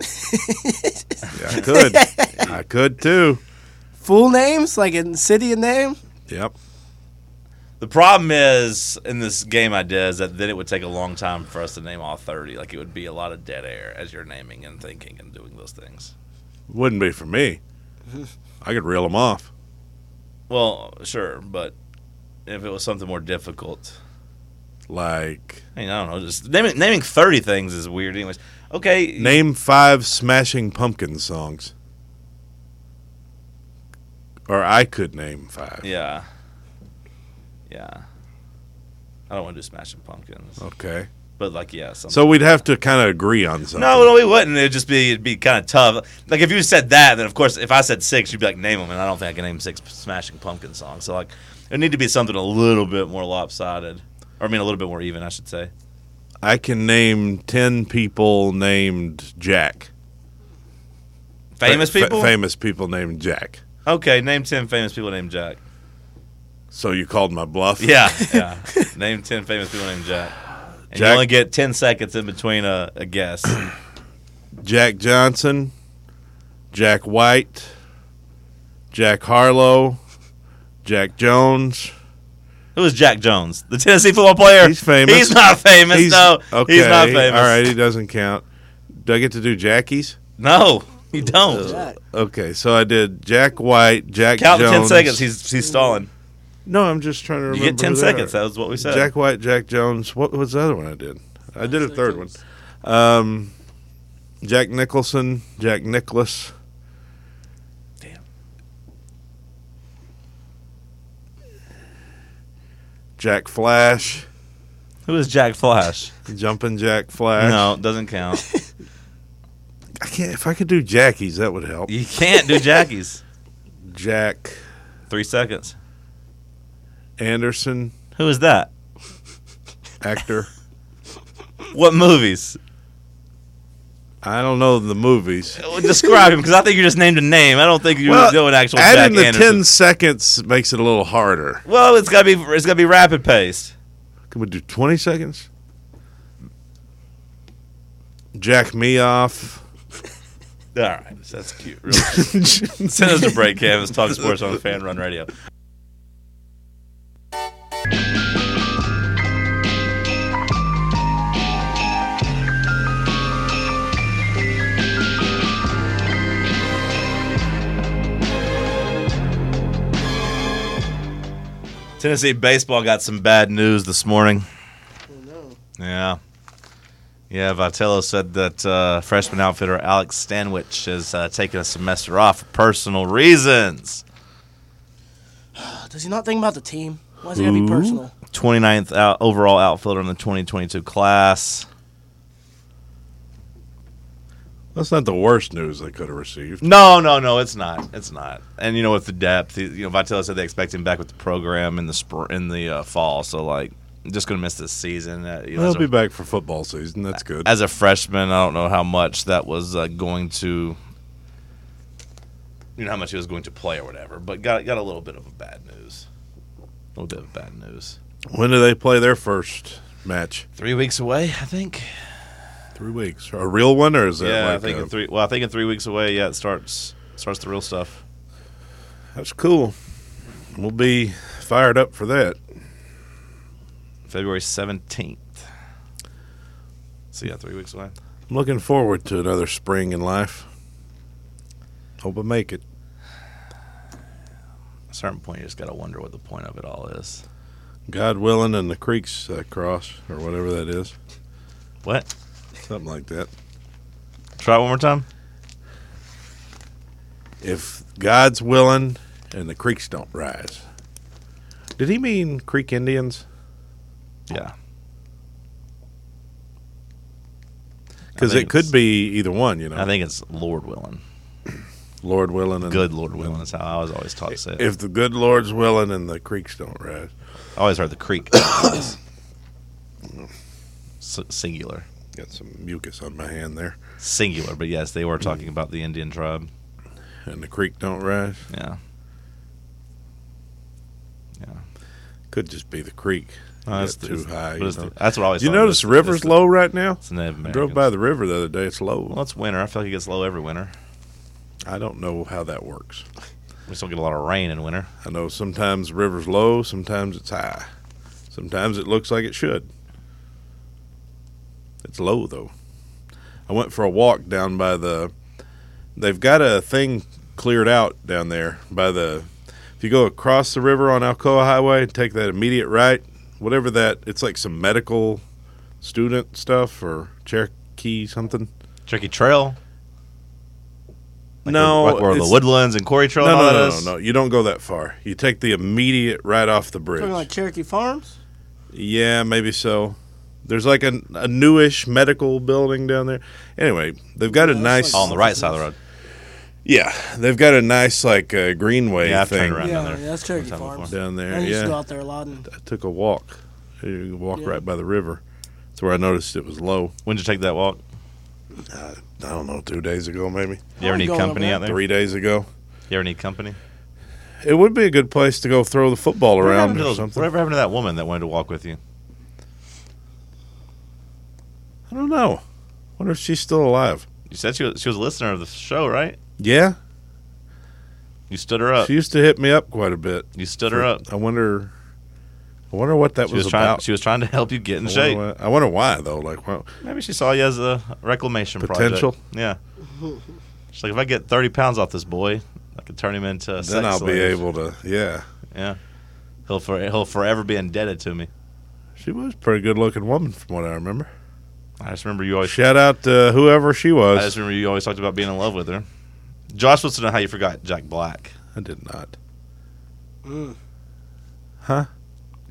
[SPEAKER 4] Yeah, I could. I could too.
[SPEAKER 6] Full names, like in city and name.
[SPEAKER 4] Yep.
[SPEAKER 5] The problem is in this game I did is that then it would take a long time for us to name all 30. Like it would be a lot of dead air as you're naming and thinking and doing those things.
[SPEAKER 4] Wouldn't be for me. I could reel them off.
[SPEAKER 5] Well, sure, but if it was something more difficult,
[SPEAKER 4] Like
[SPEAKER 5] I, mean, I don't know. Just naming naming 30 things is weird, anyways. Okay,
[SPEAKER 4] name five Smashing Pumpkins songs. Or I could name five.
[SPEAKER 5] yeah, yeah. I don't want to do Smashing Pumpkins,
[SPEAKER 4] Okay.
[SPEAKER 5] but like yeah, something.
[SPEAKER 4] So we'd have to kind of agree on something.
[SPEAKER 5] No, no, we wouldn't. It'd just be it'd be kind of tough. Like if you said that, then of course, if I said six, you'd be like name them, and I don't think I can name six Smashing Pumpkin songs. So like, it need to be something a little bit more lopsided, or I mean a little bit more even, I should say.
[SPEAKER 4] I can name 10 people named Jack.
[SPEAKER 5] Famous
[SPEAKER 4] Fa- fa-
[SPEAKER 5] people.
[SPEAKER 4] famous people named Jack.
[SPEAKER 5] okay, name ten famous people named Jack.
[SPEAKER 4] So you called my bluff?
[SPEAKER 5] Yeah, yeah. name ten famous people named Jack. And you
[SPEAKER 4] Jack-
[SPEAKER 5] only get ten seconds in between a, a guess.
[SPEAKER 4] Jack Johnson, Jack White, Jack Harlow, Jack Jones.
[SPEAKER 5] Who is Jack Jones? The Tennessee football player.
[SPEAKER 4] He's famous.
[SPEAKER 5] He's not famous. no,
[SPEAKER 4] okay,
[SPEAKER 5] he's not famous.
[SPEAKER 4] All right, he doesn't count. Do I get to do Jackies?
[SPEAKER 5] No, you don't.
[SPEAKER 6] Jack.
[SPEAKER 4] Okay, so I did Jack White, Jack
[SPEAKER 5] Count the
[SPEAKER 4] Jones.
[SPEAKER 5] ten seconds. He's he's stalling.
[SPEAKER 4] no, I'm just trying to
[SPEAKER 5] You
[SPEAKER 4] remember.
[SPEAKER 5] get ten
[SPEAKER 4] who they are.
[SPEAKER 5] seconds. That was what we said.
[SPEAKER 4] Jack White, Jack Jones. What was the other one I did? I did a third one. Um, Jack Nicholson, Jack Nicholas.
[SPEAKER 5] Damn.
[SPEAKER 4] Jack Flash,
[SPEAKER 5] Who is Jack Flash?
[SPEAKER 4] Jumping Jack Flash.
[SPEAKER 5] No, doesn't count.
[SPEAKER 4] I can't. If I could do Jackies, that would help.
[SPEAKER 5] You can't do Jackies.
[SPEAKER 4] Jack
[SPEAKER 5] Three seconds.
[SPEAKER 4] Anderson,
[SPEAKER 5] Who is that?
[SPEAKER 4] actor.
[SPEAKER 5] What movies?
[SPEAKER 4] I don't know the movies.
[SPEAKER 5] Well, Describe him because I think you just named a name. I don't think you
[SPEAKER 4] Well,
[SPEAKER 5] know an actual Jack
[SPEAKER 4] Adding the
[SPEAKER 5] Anderson.
[SPEAKER 4] ten seconds makes it a little harder.
[SPEAKER 5] well, it's gotta be it's gotta be rapid paced.
[SPEAKER 4] Can we do twenty seconds? Jack me off.
[SPEAKER 5] All right, that's cute. Really. Send us a break, Cam. Let's talk sports on Fan Run Radio. Tennessee baseball got some bad news this morning. Yeah. Yeah, Vitello said that uh, freshman outfielder Alex Stanwich has uh, taken a semester off for personal reasons.
[SPEAKER 6] Oh, Does he not think about the team? Why is it gonna be personal?
[SPEAKER 5] 29th out, overall outfielder in the 2022 class.
[SPEAKER 4] That's not the worst news they could have received.
[SPEAKER 5] No, no, no, it's not. It's not. And you know, with the depth, you know, Vitello said they expect him back with the program in the spring, in the uh, fall. So like, just gonna miss this season. Uh, you know,
[SPEAKER 4] They'll
[SPEAKER 5] as, a,
[SPEAKER 4] be back for football season. That's good.
[SPEAKER 5] as a freshman, I don't know how much that was uh, going to, you know, how much he was going to play or whatever. But got got a little bit of a bad news. A little bit of bad news.
[SPEAKER 4] When do they play their first match?
[SPEAKER 5] Three weeks away, I think.
[SPEAKER 4] Three weeks. A real one, or is that
[SPEAKER 5] Yeah, I
[SPEAKER 4] like
[SPEAKER 5] think
[SPEAKER 4] a-
[SPEAKER 5] in three. Well, I think in three weeks away. Yeah, it starts starts the real stuff.
[SPEAKER 4] that's cool. We'll be fired up for that.
[SPEAKER 5] February seventeenth. So yeah, three weeks away.
[SPEAKER 4] I'm looking forward to another spring in life. Hope I make it.
[SPEAKER 5] a certain point, you just got to wonder what the point of it all is.
[SPEAKER 4] God willing, and the creeks uh, cross or whatever that is,
[SPEAKER 5] What?
[SPEAKER 4] something like that.
[SPEAKER 5] Try it one more time.
[SPEAKER 4] If God's willing and the creeks don't rise, did he mean Creek Indians?
[SPEAKER 5] Yeah.
[SPEAKER 4] Because
[SPEAKER 5] I think
[SPEAKER 4] it could
[SPEAKER 5] it's-
[SPEAKER 4] be either one, you know.
[SPEAKER 5] I think it's Lord willing.
[SPEAKER 4] Lord willing and
[SPEAKER 5] Good Lord willing is how I was always taught to say it.
[SPEAKER 4] If the good Lord's willing and the creeks don't rise,
[SPEAKER 5] I always heard the creek. S- singular.
[SPEAKER 4] got some mucus on my hand there,
[SPEAKER 5] Singular, but yes, they were
[SPEAKER 4] Hmm.
[SPEAKER 5] talking about the Indian tribe.
[SPEAKER 4] and the creek don't rise,
[SPEAKER 5] Yeah.
[SPEAKER 4] could just be the creek.
[SPEAKER 5] No,
[SPEAKER 4] You
[SPEAKER 5] it's
[SPEAKER 4] got
[SPEAKER 5] the-
[SPEAKER 4] too
[SPEAKER 5] it's-
[SPEAKER 4] high.
[SPEAKER 5] but
[SPEAKER 4] You,
[SPEAKER 5] it's the-
[SPEAKER 4] know.
[SPEAKER 5] that's what I always
[SPEAKER 4] You
[SPEAKER 5] thought it
[SPEAKER 4] notice
[SPEAKER 5] was-
[SPEAKER 4] the river's
[SPEAKER 5] it's the-
[SPEAKER 4] low right now.
[SPEAKER 5] It's the Native
[SPEAKER 4] I
[SPEAKER 5] Americans.
[SPEAKER 4] drove by the river the other day. It's low.
[SPEAKER 5] Well, it's winter. I feel like it gets low every winter.
[SPEAKER 4] I don't know how that works.
[SPEAKER 5] We still get a lot of rain in winter.
[SPEAKER 4] I know sometimes the river's low, sometimes it's high. Sometimes it looks like it should. It's low though. I went for a walk down by the they've got a thing cleared out down there by the if you go across the river on Alcoa Highway and take that immediate right, whatever that it's like some medical student stuff or Cherokee something.
[SPEAKER 5] Tricky Trail. Like
[SPEAKER 4] no,
[SPEAKER 5] Where, like where the
[SPEAKER 4] it's-
[SPEAKER 5] woodlands and Quarry Trail
[SPEAKER 4] no,
[SPEAKER 5] and all
[SPEAKER 4] no,
[SPEAKER 5] that
[SPEAKER 4] no, no,
[SPEAKER 5] is?
[SPEAKER 4] no, You don't go that far. You take the immediate right off the bridge.
[SPEAKER 6] Talking like Cherokee Farms.
[SPEAKER 4] Yeah, maybe so. There's like a, a newish medical building down there. Anyway, they've got a
[SPEAKER 6] that's
[SPEAKER 4] nice.
[SPEAKER 6] like-
[SPEAKER 5] On the right side of the road.
[SPEAKER 4] yeah, they've got a nice like uh, greenway
[SPEAKER 5] Yeah, I've turned
[SPEAKER 4] thing
[SPEAKER 5] around. Right
[SPEAKER 6] yeah,
[SPEAKER 5] down there.
[SPEAKER 6] yeah, that's Cherokee
[SPEAKER 5] One time
[SPEAKER 6] Farms.
[SPEAKER 4] down
[SPEAKER 6] I
[SPEAKER 4] there.
[SPEAKER 6] used to go
[SPEAKER 4] Yeah,
[SPEAKER 6] out there a lot. And
[SPEAKER 4] I took a walk. Uh, You walk
[SPEAKER 6] Yeah.
[SPEAKER 4] right by the river. That's where I noticed it was low. Uh,
[SPEAKER 5] When did you take that walk?
[SPEAKER 4] I don't know, two days ago maybe,
[SPEAKER 5] You ever
[SPEAKER 6] I'm
[SPEAKER 5] need
[SPEAKER 6] going
[SPEAKER 5] company
[SPEAKER 6] over
[SPEAKER 5] out there?
[SPEAKER 4] three days ago.
[SPEAKER 5] You ever need company?
[SPEAKER 4] It would be a good place to go throw the football
[SPEAKER 5] Whatever
[SPEAKER 4] around
[SPEAKER 5] happened, to
[SPEAKER 4] or
[SPEAKER 5] those-
[SPEAKER 4] something.
[SPEAKER 5] whatever happened to that woman that wanted to walk with you?
[SPEAKER 4] I don't know. Wonder if she's still alive.
[SPEAKER 5] You said she was, she was a listener of the show, right?
[SPEAKER 4] Yeah,
[SPEAKER 5] You stood her up.
[SPEAKER 4] she used to hit me up quite a bit.
[SPEAKER 5] you stood her up.
[SPEAKER 4] I wonder. I wonder what that
[SPEAKER 5] She was, trying.
[SPEAKER 4] about.
[SPEAKER 5] She was trying to help you get in
[SPEAKER 4] I
[SPEAKER 5] shape.
[SPEAKER 4] wonder, why, I wonder why though. Like, well,
[SPEAKER 5] Maybe she saw you as a reclamation
[SPEAKER 4] Potential.
[SPEAKER 5] Project. Yeah. She's like, if I get thirty pounds off this boy, I could turn him into. A
[SPEAKER 4] then
[SPEAKER 5] sex
[SPEAKER 4] I'll be
[SPEAKER 5] slave."
[SPEAKER 4] able to. Yeah,
[SPEAKER 5] Yeah. He'll for, he'll forever be indebted to me.
[SPEAKER 4] she was a pretty good looking woman from what I remember.
[SPEAKER 5] I just remember you always.
[SPEAKER 4] Shout out to whoever she
[SPEAKER 5] I
[SPEAKER 4] was. I,
[SPEAKER 5] just remember you always talked about being in love with her. Josh wants to know how you forgot Jack Black.
[SPEAKER 4] did not.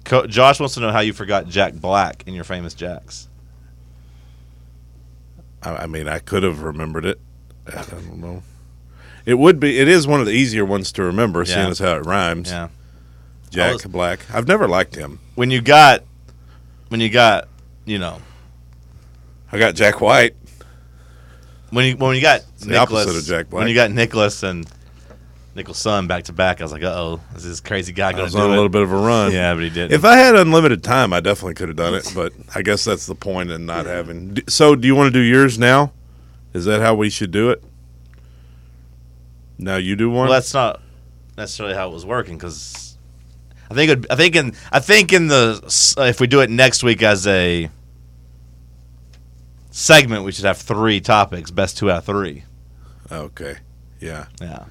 [SPEAKER 5] Co- Josh wants to know how you forgot Jack Black in your famous Jacks.
[SPEAKER 4] I, I mean, I could have remembered it. I don't know. It would be. It is one of the easier ones to remember,
[SPEAKER 5] Yeah.
[SPEAKER 4] seeing as how it rhymes.
[SPEAKER 5] Yeah. I
[SPEAKER 4] Jack
[SPEAKER 5] was-
[SPEAKER 4] Black. I've never liked him.
[SPEAKER 5] when you got when you got you know
[SPEAKER 4] I got Jack White.
[SPEAKER 5] when you when you got
[SPEAKER 4] the
[SPEAKER 5] Nicholas
[SPEAKER 4] opposite of Jack Black.
[SPEAKER 5] when you got Nicholas and Nicholson back to back, I was like, uh oh, is this crazy guy
[SPEAKER 4] I
[SPEAKER 5] going to
[SPEAKER 4] was
[SPEAKER 5] do
[SPEAKER 4] on a
[SPEAKER 5] it?
[SPEAKER 4] little bit of a run.
[SPEAKER 5] Yeah, but he didn't.
[SPEAKER 4] If I had unlimited time, I definitely could have done it. But I guess that's the point in not having. D- So, do you want to do yours now? Is that how we should do it? Now you do one.
[SPEAKER 5] well, that's not necessarily how it was working because I think it, I think in I think in the s- uh, if we do it next week as a segment, we should have three topics, best two out of three.
[SPEAKER 4] okay. Yeah,
[SPEAKER 5] Yeah,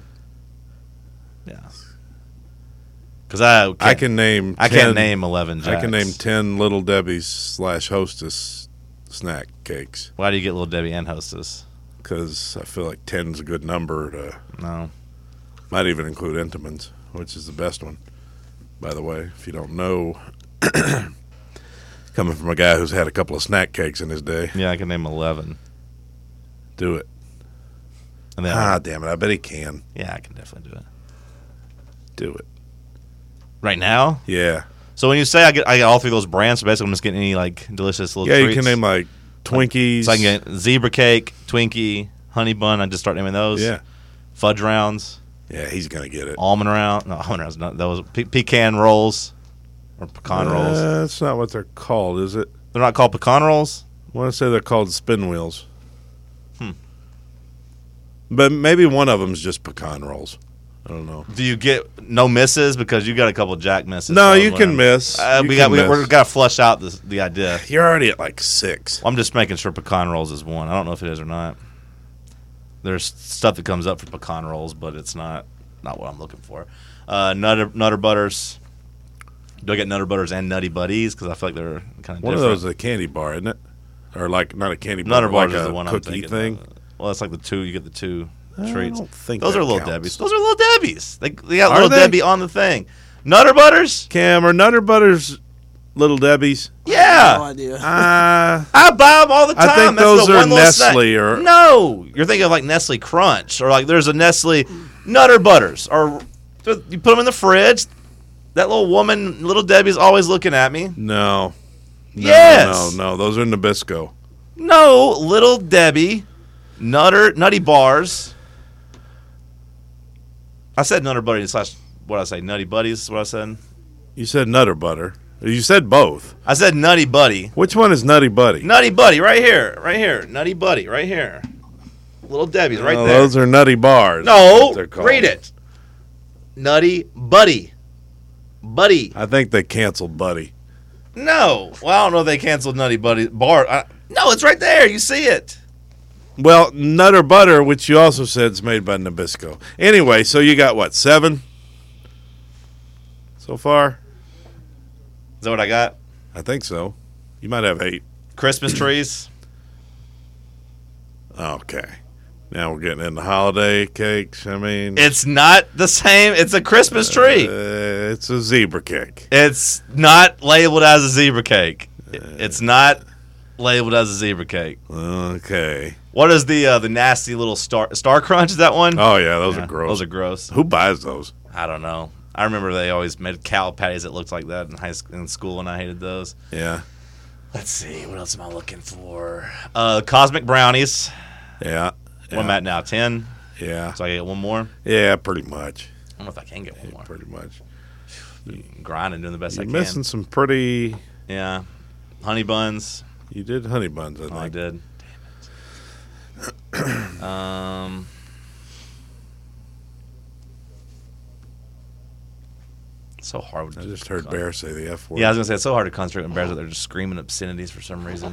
[SPEAKER 5] yeah. Because I can't,
[SPEAKER 4] I can name.
[SPEAKER 5] I can't
[SPEAKER 4] 10
[SPEAKER 5] name eleven.
[SPEAKER 4] I can
[SPEAKER 5] Jacks.
[SPEAKER 4] name ten little Debbie's slash Hostess snack cakes
[SPEAKER 5] Why do you get Little Debbie and Hostess?
[SPEAKER 4] because I feel like 10's a good number to.
[SPEAKER 5] No.
[SPEAKER 4] Might even include Intamins, which is the best one, by the way. If you don't know, coming from a guy who's had a couple of snack cakes in his day,
[SPEAKER 5] Yeah, I can name 11.
[SPEAKER 4] do it.
[SPEAKER 5] And then,
[SPEAKER 4] Ah, damn it. I bet he can.
[SPEAKER 5] yeah, I can definitely do it
[SPEAKER 4] Do it.
[SPEAKER 5] right now.
[SPEAKER 4] Yeah.
[SPEAKER 5] So when you say I get, I get all three of those brands. So basically, I'm just getting any like delicious little.
[SPEAKER 4] Yeah, you
[SPEAKER 5] treats.
[SPEAKER 4] can name like Twinkies.
[SPEAKER 5] So I can get zebra cake, Twinkie, honey bun. I just start naming those.
[SPEAKER 4] Yeah.
[SPEAKER 5] Fudge rounds,
[SPEAKER 4] Yeah, he's going to get it.
[SPEAKER 5] almond round. No, almond rounds. Not those pe- pecan rolls or pecan rolls.
[SPEAKER 4] Uh, that's not what they're called, is it?
[SPEAKER 5] They're not called pecan rolls.
[SPEAKER 4] I want to say they're called spin wheels. Hmm. But maybe one of them's just pecan rolls. I don't know.
[SPEAKER 5] Do you get no misses because you got a couple jack misses?
[SPEAKER 4] No,
[SPEAKER 5] So
[SPEAKER 4] you
[SPEAKER 5] when
[SPEAKER 4] can
[SPEAKER 5] I'm-
[SPEAKER 4] miss.
[SPEAKER 5] Uh,
[SPEAKER 4] You
[SPEAKER 5] we
[SPEAKER 4] can
[SPEAKER 5] got we,
[SPEAKER 4] miss.
[SPEAKER 5] we're got to flush out this, the idea.
[SPEAKER 4] You're already at like six.
[SPEAKER 5] I'm just making sure pecan rolls is one. I don't know if it is or not. There's stuff that comes up for pecan rolls, but it's not not what I'm looking for. Uh, nutter nutter butters. Do I get nutter butters and nutty buddies? Because I feel like they're kind of
[SPEAKER 4] One
[SPEAKER 5] different.
[SPEAKER 4] of those is a candy bar, isn't it? Or like not a candy bar,
[SPEAKER 5] nutter
[SPEAKER 4] but like
[SPEAKER 5] butters is
[SPEAKER 4] a
[SPEAKER 5] the one I'm
[SPEAKER 4] cookie
[SPEAKER 5] thinking.
[SPEAKER 4] thing.
[SPEAKER 5] of. Well, that's like the two. You get the two
[SPEAKER 4] I
[SPEAKER 5] treats.
[SPEAKER 4] don't think
[SPEAKER 5] those
[SPEAKER 4] that
[SPEAKER 5] are little
[SPEAKER 4] counts.
[SPEAKER 5] debbies. Those are little debbies. They, they got
[SPEAKER 4] Are
[SPEAKER 5] little
[SPEAKER 4] they?
[SPEAKER 5] debbie on the thing. Nutter butters.
[SPEAKER 4] Cam or Nutter Butters, Little Debbie's.
[SPEAKER 5] Yeah.
[SPEAKER 6] No idea.
[SPEAKER 4] Uh,
[SPEAKER 5] I buy them all the
[SPEAKER 4] I
[SPEAKER 5] time.
[SPEAKER 4] think
[SPEAKER 5] That's
[SPEAKER 4] those
[SPEAKER 5] the
[SPEAKER 4] are
[SPEAKER 5] one little snack.
[SPEAKER 4] Nestle or-
[SPEAKER 5] no, you're thinking of like Nestle Crunch or like there's a Nestle Nutter Butters or you put them in the fridge. That little woman, little Debbie's always looking at me.
[SPEAKER 4] no. No,
[SPEAKER 5] Yes.
[SPEAKER 4] No, no, those are Nabisco.
[SPEAKER 5] No, little Debbie, Nutter Nutty Bars. I said Nutter Buddies slash what I say Nutty Buddies is what I said.
[SPEAKER 4] You said Nutter Butter. You said both.
[SPEAKER 5] I said Nutty Buddy,
[SPEAKER 4] Which one is Nutty Buddy?
[SPEAKER 5] Nutty Buddy right here, right here, Nutty Buddy right here, little Debbie's right
[SPEAKER 4] No,
[SPEAKER 5] there.
[SPEAKER 4] Those are Nutty Bars. That's
[SPEAKER 5] No,
[SPEAKER 4] what they're called.
[SPEAKER 5] read it. Nutty Buddy. Buddy.
[SPEAKER 4] I think they canceled Buddy.
[SPEAKER 5] No. Well, I don't know if they canceled Nutty Buddy Bar. I, no, it's right there. You see it.
[SPEAKER 4] Well, Nutter Butter, which you also said is made by Nabisco. Anyway, so you got what, seven so far?
[SPEAKER 5] Is that what I got?
[SPEAKER 4] I think so. You might have eight.
[SPEAKER 5] Christmas trees.
[SPEAKER 4] Okay. Now we're getting into holiday cakes. I mean,
[SPEAKER 5] It's not the same. It's a Christmas tree.
[SPEAKER 4] Uh, it's a zebra cake.
[SPEAKER 5] It's not labeled as a zebra cake. It's not labeled as a zebra cake.
[SPEAKER 4] Okay.
[SPEAKER 5] What is the uh, the nasty little star star crunch? Is that one?
[SPEAKER 4] Oh yeah, those
[SPEAKER 5] Yeah,
[SPEAKER 4] are gross.
[SPEAKER 5] Those are gross.
[SPEAKER 4] Who buys those?
[SPEAKER 5] I don't know. I remember they always made cow patties that looked like that in high school, in school, and I hated those.
[SPEAKER 4] Yeah.
[SPEAKER 5] Let's see. What else am I looking for? Uh, cosmic brownies.
[SPEAKER 4] Yeah.
[SPEAKER 5] What am I at now? Ten.
[SPEAKER 4] Yeah.
[SPEAKER 5] So I get one more. I
[SPEAKER 4] Yeah, pretty much.
[SPEAKER 5] don't know if I can get one more.
[SPEAKER 4] Pretty much.
[SPEAKER 5] Grinding, doing the best
[SPEAKER 4] You're
[SPEAKER 5] I can.
[SPEAKER 4] missing some pretty
[SPEAKER 5] Yeah. Honey buns.
[SPEAKER 4] you did honey buns, I think.
[SPEAKER 5] Oh, I did. Damn it. um. it's So hard.
[SPEAKER 4] I just heard Bear say the F word.
[SPEAKER 5] Yeah, I was gonna say it's so hard to concentrate on bears that they're just screaming obscenities for some reason.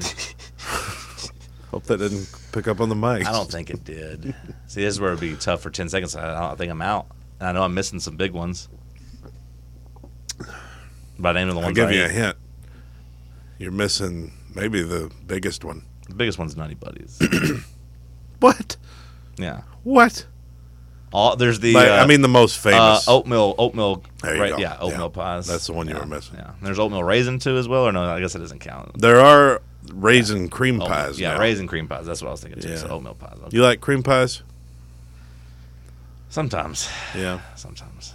[SPEAKER 4] Hope that didn't pick up on the mic.
[SPEAKER 5] I don't think it did. See, this is where it'd be tough for ten seconds. I, I don't think I'm out. And I know I'm missing some big ones. By name of the
[SPEAKER 4] I'll
[SPEAKER 5] ones I
[SPEAKER 4] give you a
[SPEAKER 5] ate.
[SPEAKER 4] hint. You're missing maybe the biggest one.
[SPEAKER 5] The biggest one's Nutty Buddies.
[SPEAKER 4] What?
[SPEAKER 5] yeah.
[SPEAKER 4] What?
[SPEAKER 5] All there's the.
[SPEAKER 4] Like,
[SPEAKER 5] uh,
[SPEAKER 4] I mean the most
[SPEAKER 5] uh,
[SPEAKER 4] famous.
[SPEAKER 5] oatmeal, oatmeal.
[SPEAKER 4] There you
[SPEAKER 5] right,
[SPEAKER 4] go.
[SPEAKER 5] Yeah, oatmeal
[SPEAKER 4] Yeah.
[SPEAKER 5] pies.
[SPEAKER 4] That's the one you
[SPEAKER 5] Yeah,
[SPEAKER 4] were missing.
[SPEAKER 5] Yeah. There's oatmeal raisin too as well, or no? I guess that doesn't count.
[SPEAKER 4] There are raisin cream
[SPEAKER 5] Oatmeal-
[SPEAKER 4] pies.
[SPEAKER 5] Yeah,
[SPEAKER 4] now.
[SPEAKER 5] raisin cream pies. That's what I was thinking too.
[SPEAKER 4] Yeah.
[SPEAKER 5] So oatmeal pies. Okay.
[SPEAKER 4] You like cream pies?
[SPEAKER 5] Sometimes.
[SPEAKER 4] Yeah.
[SPEAKER 5] Sometimes.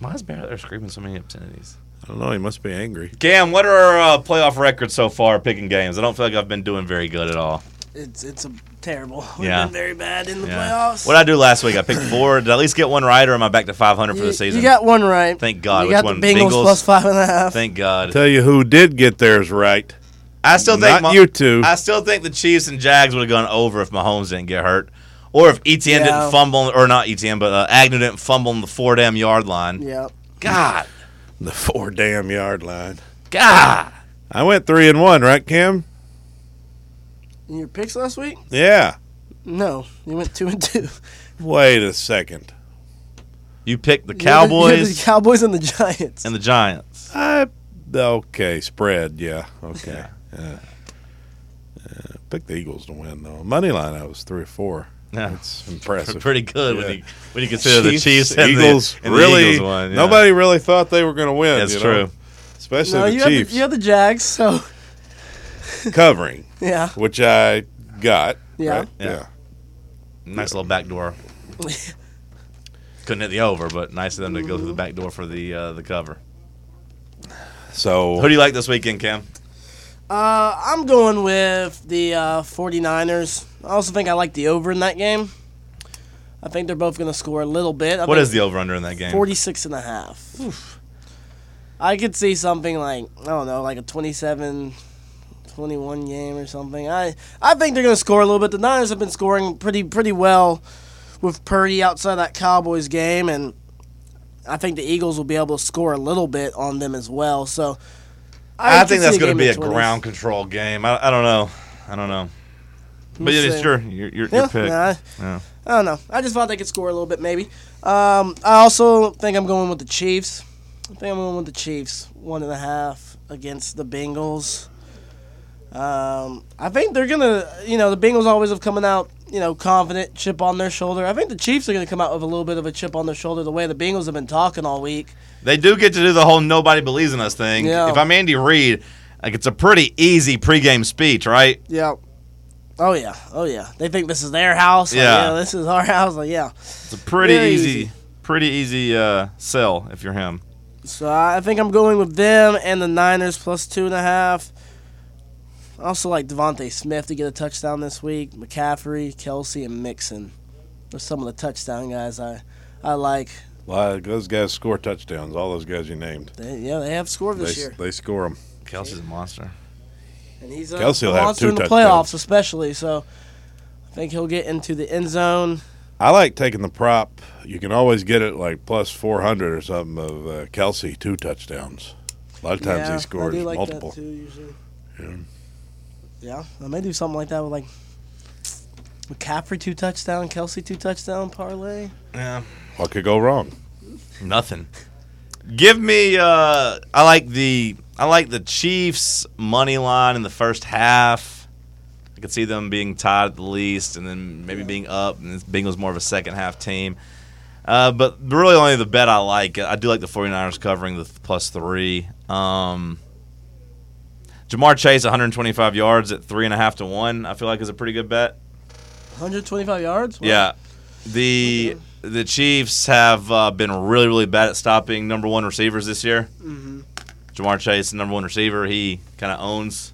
[SPEAKER 5] Why is Bear out there screaming so many obscenities?
[SPEAKER 4] I don't know. He must be angry.
[SPEAKER 5] Cam, what are our uh, playoff records so far picking games? I don't feel like I've been doing very good at all.
[SPEAKER 6] It's it's a terrible. We've
[SPEAKER 5] Yeah.
[SPEAKER 6] been very bad in the
[SPEAKER 5] Yeah.
[SPEAKER 6] playoffs.
[SPEAKER 5] What I do last week, I picked four. Did I at least get one right, or am I back to 500 for
[SPEAKER 6] You-
[SPEAKER 5] the season?
[SPEAKER 6] You got one right.
[SPEAKER 5] Thank God.
[SPEAKER 6] You
[SPEAKER 5] Which
[SPEAKER 6] got
[SPEAKER 5] one?
[SPEAKER 6] the Bengals,
[SPEAKER 5] Bengals?
[SPEAKER 6] plus five and a half.
[SPEAKER 5] Thank God.
[SPEAKER 4] Tell you who did get theirs right.
[SPEAKER 5] I still think
[SPEAKER 4] Not you two.
[SPEAKER 5] I still think the Chiefs and Jags would have gone over if Mahomes didn't get hurt, or if ETN
[SPEAKER 6] Yeah.
[SPEAKER 5] didn't fumble, or not ETN, but uh, Agnew didn't fumble on the four damn yard line.
[SPEAKER 6] yep.
[SPEAKER 5] God,
[SPEAKER 4] The four damn yard line.
[SPEAKER 5] God.
[SPEAKER 4] I went three and one, right, Kim?
[SPEAKER 6] And your picks last week?
[SPEAKER 4] Yeah.
[SPEAKER 6] No, you went two and two.
[SPEAKER 4] Wait a second.
[SPEAKER 5] You picked the
[SPEAKER 6] You had the- you had the
[SPEAKER 5] Cowboys
[SPEAKER 6] Cowboys and the Giants.
[SPEAKER 5] and the Giants.
[SPEAKER 4] I Uh, okay spread. Yeah. Okay. Yeah. Yeah. Pick the Eagles to win though. Money line I was three or four.
[SPEAKER 5] Yeah.
[SPEAKER 4] That's impressive.
[SPEAKER 5] Pretty good
[SPEAKER 4] Yeah.
[SPEAKER 5] when you when you consider the Chiefs and
[SPEAKER 4] Eagles.
[SPEAKER 5] the, and the
[SPEAKER 4] really,
[SPEAKER 5] Eagles won, yeah.
[SPEAKER 4] nobody really thought they were going to win.
[SPEAKER 5] That's
[SPEAKER 4] you know?
[SPEAKER 5] true.
[SPEAKER 4] Especially
[SPEAKER 6] no,
[SPEAKER 4] the
[SPEAKER 6] you had
[SPEAKER 4] Chiefs
[SPEAKER 6] the, you had the Jags. So
[SPEAKER 4] covering,
[SPEAKER 6] yeah,
[SPEAKER 4] which I got.
[SPEAKER 6] Yeah.
[SPEAKER 4] right?
[SPEAKER 5] Yeah. Nice little back door. Couldn't hit the over, but nice of them to go through the back door for the uh, the cover. Who
[SPEAKER 4] So
[SPEAKER 5] do you like this weekend, Cam?
[SPEAKER 6] Uh, I'm going with the uh, 49ers. I also think I like the over in that game. I think they're both going to score a little bit. I
[SPEAKER 5] What
[SPEAKER 6] think
[SPEAKER 5] is the over under in that game?
[SPEAKER 6] 46 and a half. I could see something like, I don't know, like a 27 21 game or something. I I think they're going to score a little bit. The Niners have been scoring pretty pretty well with Purdy outside that Cowboys game and I think the Eagles will be able to score a little bit on them as well. So
[SPEAKER 5] I
[SPEAKER 6] could
[SPEAKER 5] think
[SPEAKER 6] see
[SPEAKER 5] that's
[SPEAKER 6] a
[SPEAKER 5] going
[SPEAKER 6] game
[SPEAKER 5] to be
[SPEAKER 6] in
[SPEAKER 5] a
[SPEAKER 6] 20s.
[SPEAKER 5] ground control game. I, I don't know. I don't know. But it
[SPEAKER 6] see.
[SPEAKER 5] is your your, your,
[SPEAKER 6] Yeah,
[SPEAKER 5] your pick.
[SPEAKER 6] nah.
[SPEAKER 5] Yeah.
[SPEAKER 6] I don't know. I just thought they could score a little bit, maybe. Um, I also think I'm going with the Chiefs. I think I'm going with the Chiefs. One and a half against the Bengals. Um, I think they're going to, you know, the Bengals always have coming out, you know, confident, chip on their shoulder. I think the Chiefs are going to come out with a little bit of a chip on their shoulder the way the Bengals have been talking all week.
[SPEAKER 5] They do get to do the whole nobody believes in us thing.
[SPEAKER 6] Yeah.
[SPEAKER 5] If I'm Andy Reid, like it's a pretty easy pregame speech, right?
[SPEAKER 6] Yeah. Oh, yeah. Oh, yeah. They think this is their house. Like,
[SPEAKER 5] Yeah.
[SPEAKER 6] yeah. This is our house. Like, yeah.
[SPEAKER 5] It's a pretty
[SPEAKER 6] Very
[SPEAKER 5] easy,
[SPEAKER 6] easy.
[SPEAKER 5] pretty easy uh, sell if you're him.
[SPEAKER 6] So I think I'm going with them and the Niners plus two and a half. I also like Devontae Smith to get a touchdown this week. McCaffrey, Kelsey, and Mixon. They're some of the touchdown guys I, I like.
[SPEAKER 4] like, those guys score touchdowns. All those guys you named,
[SPEAKER 6] They, yeah, they have scored
[SPEAKER 4] they,
[SPEAKER 6] this
[SPEAKER 4] s-
[SPEAKER 6] year,
[SPEAKER 4] they score them.
[SPEAKER 5] Kelsey's a monster.
[SPEAKER 6] and he's a,
[SPEAKER 4] Kelsey will
[SPEAKER 6] a
[SPEAKER 4] have
[SPEAKER 6] monster
[SPEAKER 4] two
[SPEAKER 6] in the
[SPEAKER 4] touchdowns.
[SPEAKER 6] playoffs, especially. So I think he'll get into the end zone.
[SPEAKER 4] I like taking the prop. You can always get it like plus four hundred or something of uh, Kelsey two touchdowns. A lot of times
[SPEAKER 6] yeah,
[SPEAKER 4] he scores
[SPEAKER 6] I do like
[SPEAKER 4] multiple.
[SPEAKER 6] That too, usually. Yeah. I may do something like that with like McCaffrey two touchdown, Kelsey two touchdown parlay.
[SPEAKER 5] Yeah.
[SPEAKER 4] What could go wrong?
[SPEAKER 5] Nothing. Give me. Uh, I like the. I like the Chiefs money line in the first half. I could see them being tied at the least, and then maybe being up. And this Bengals more of a second half team. Uh, but really, only the bet I like. I do like the 49ers covering the th- plus three. Um, Jamar Chase 125 yards at three and a half to one. I feel like is a pretty good bet.
[SPEAKER 6] 125 yards. Wow.
[SPEAKER 5] Yeah, the the Chiefs have uh, been really really bad at stopping number one receivers this year. Mm-hmm. Jamar Chase, the number one receiver, he kind of owns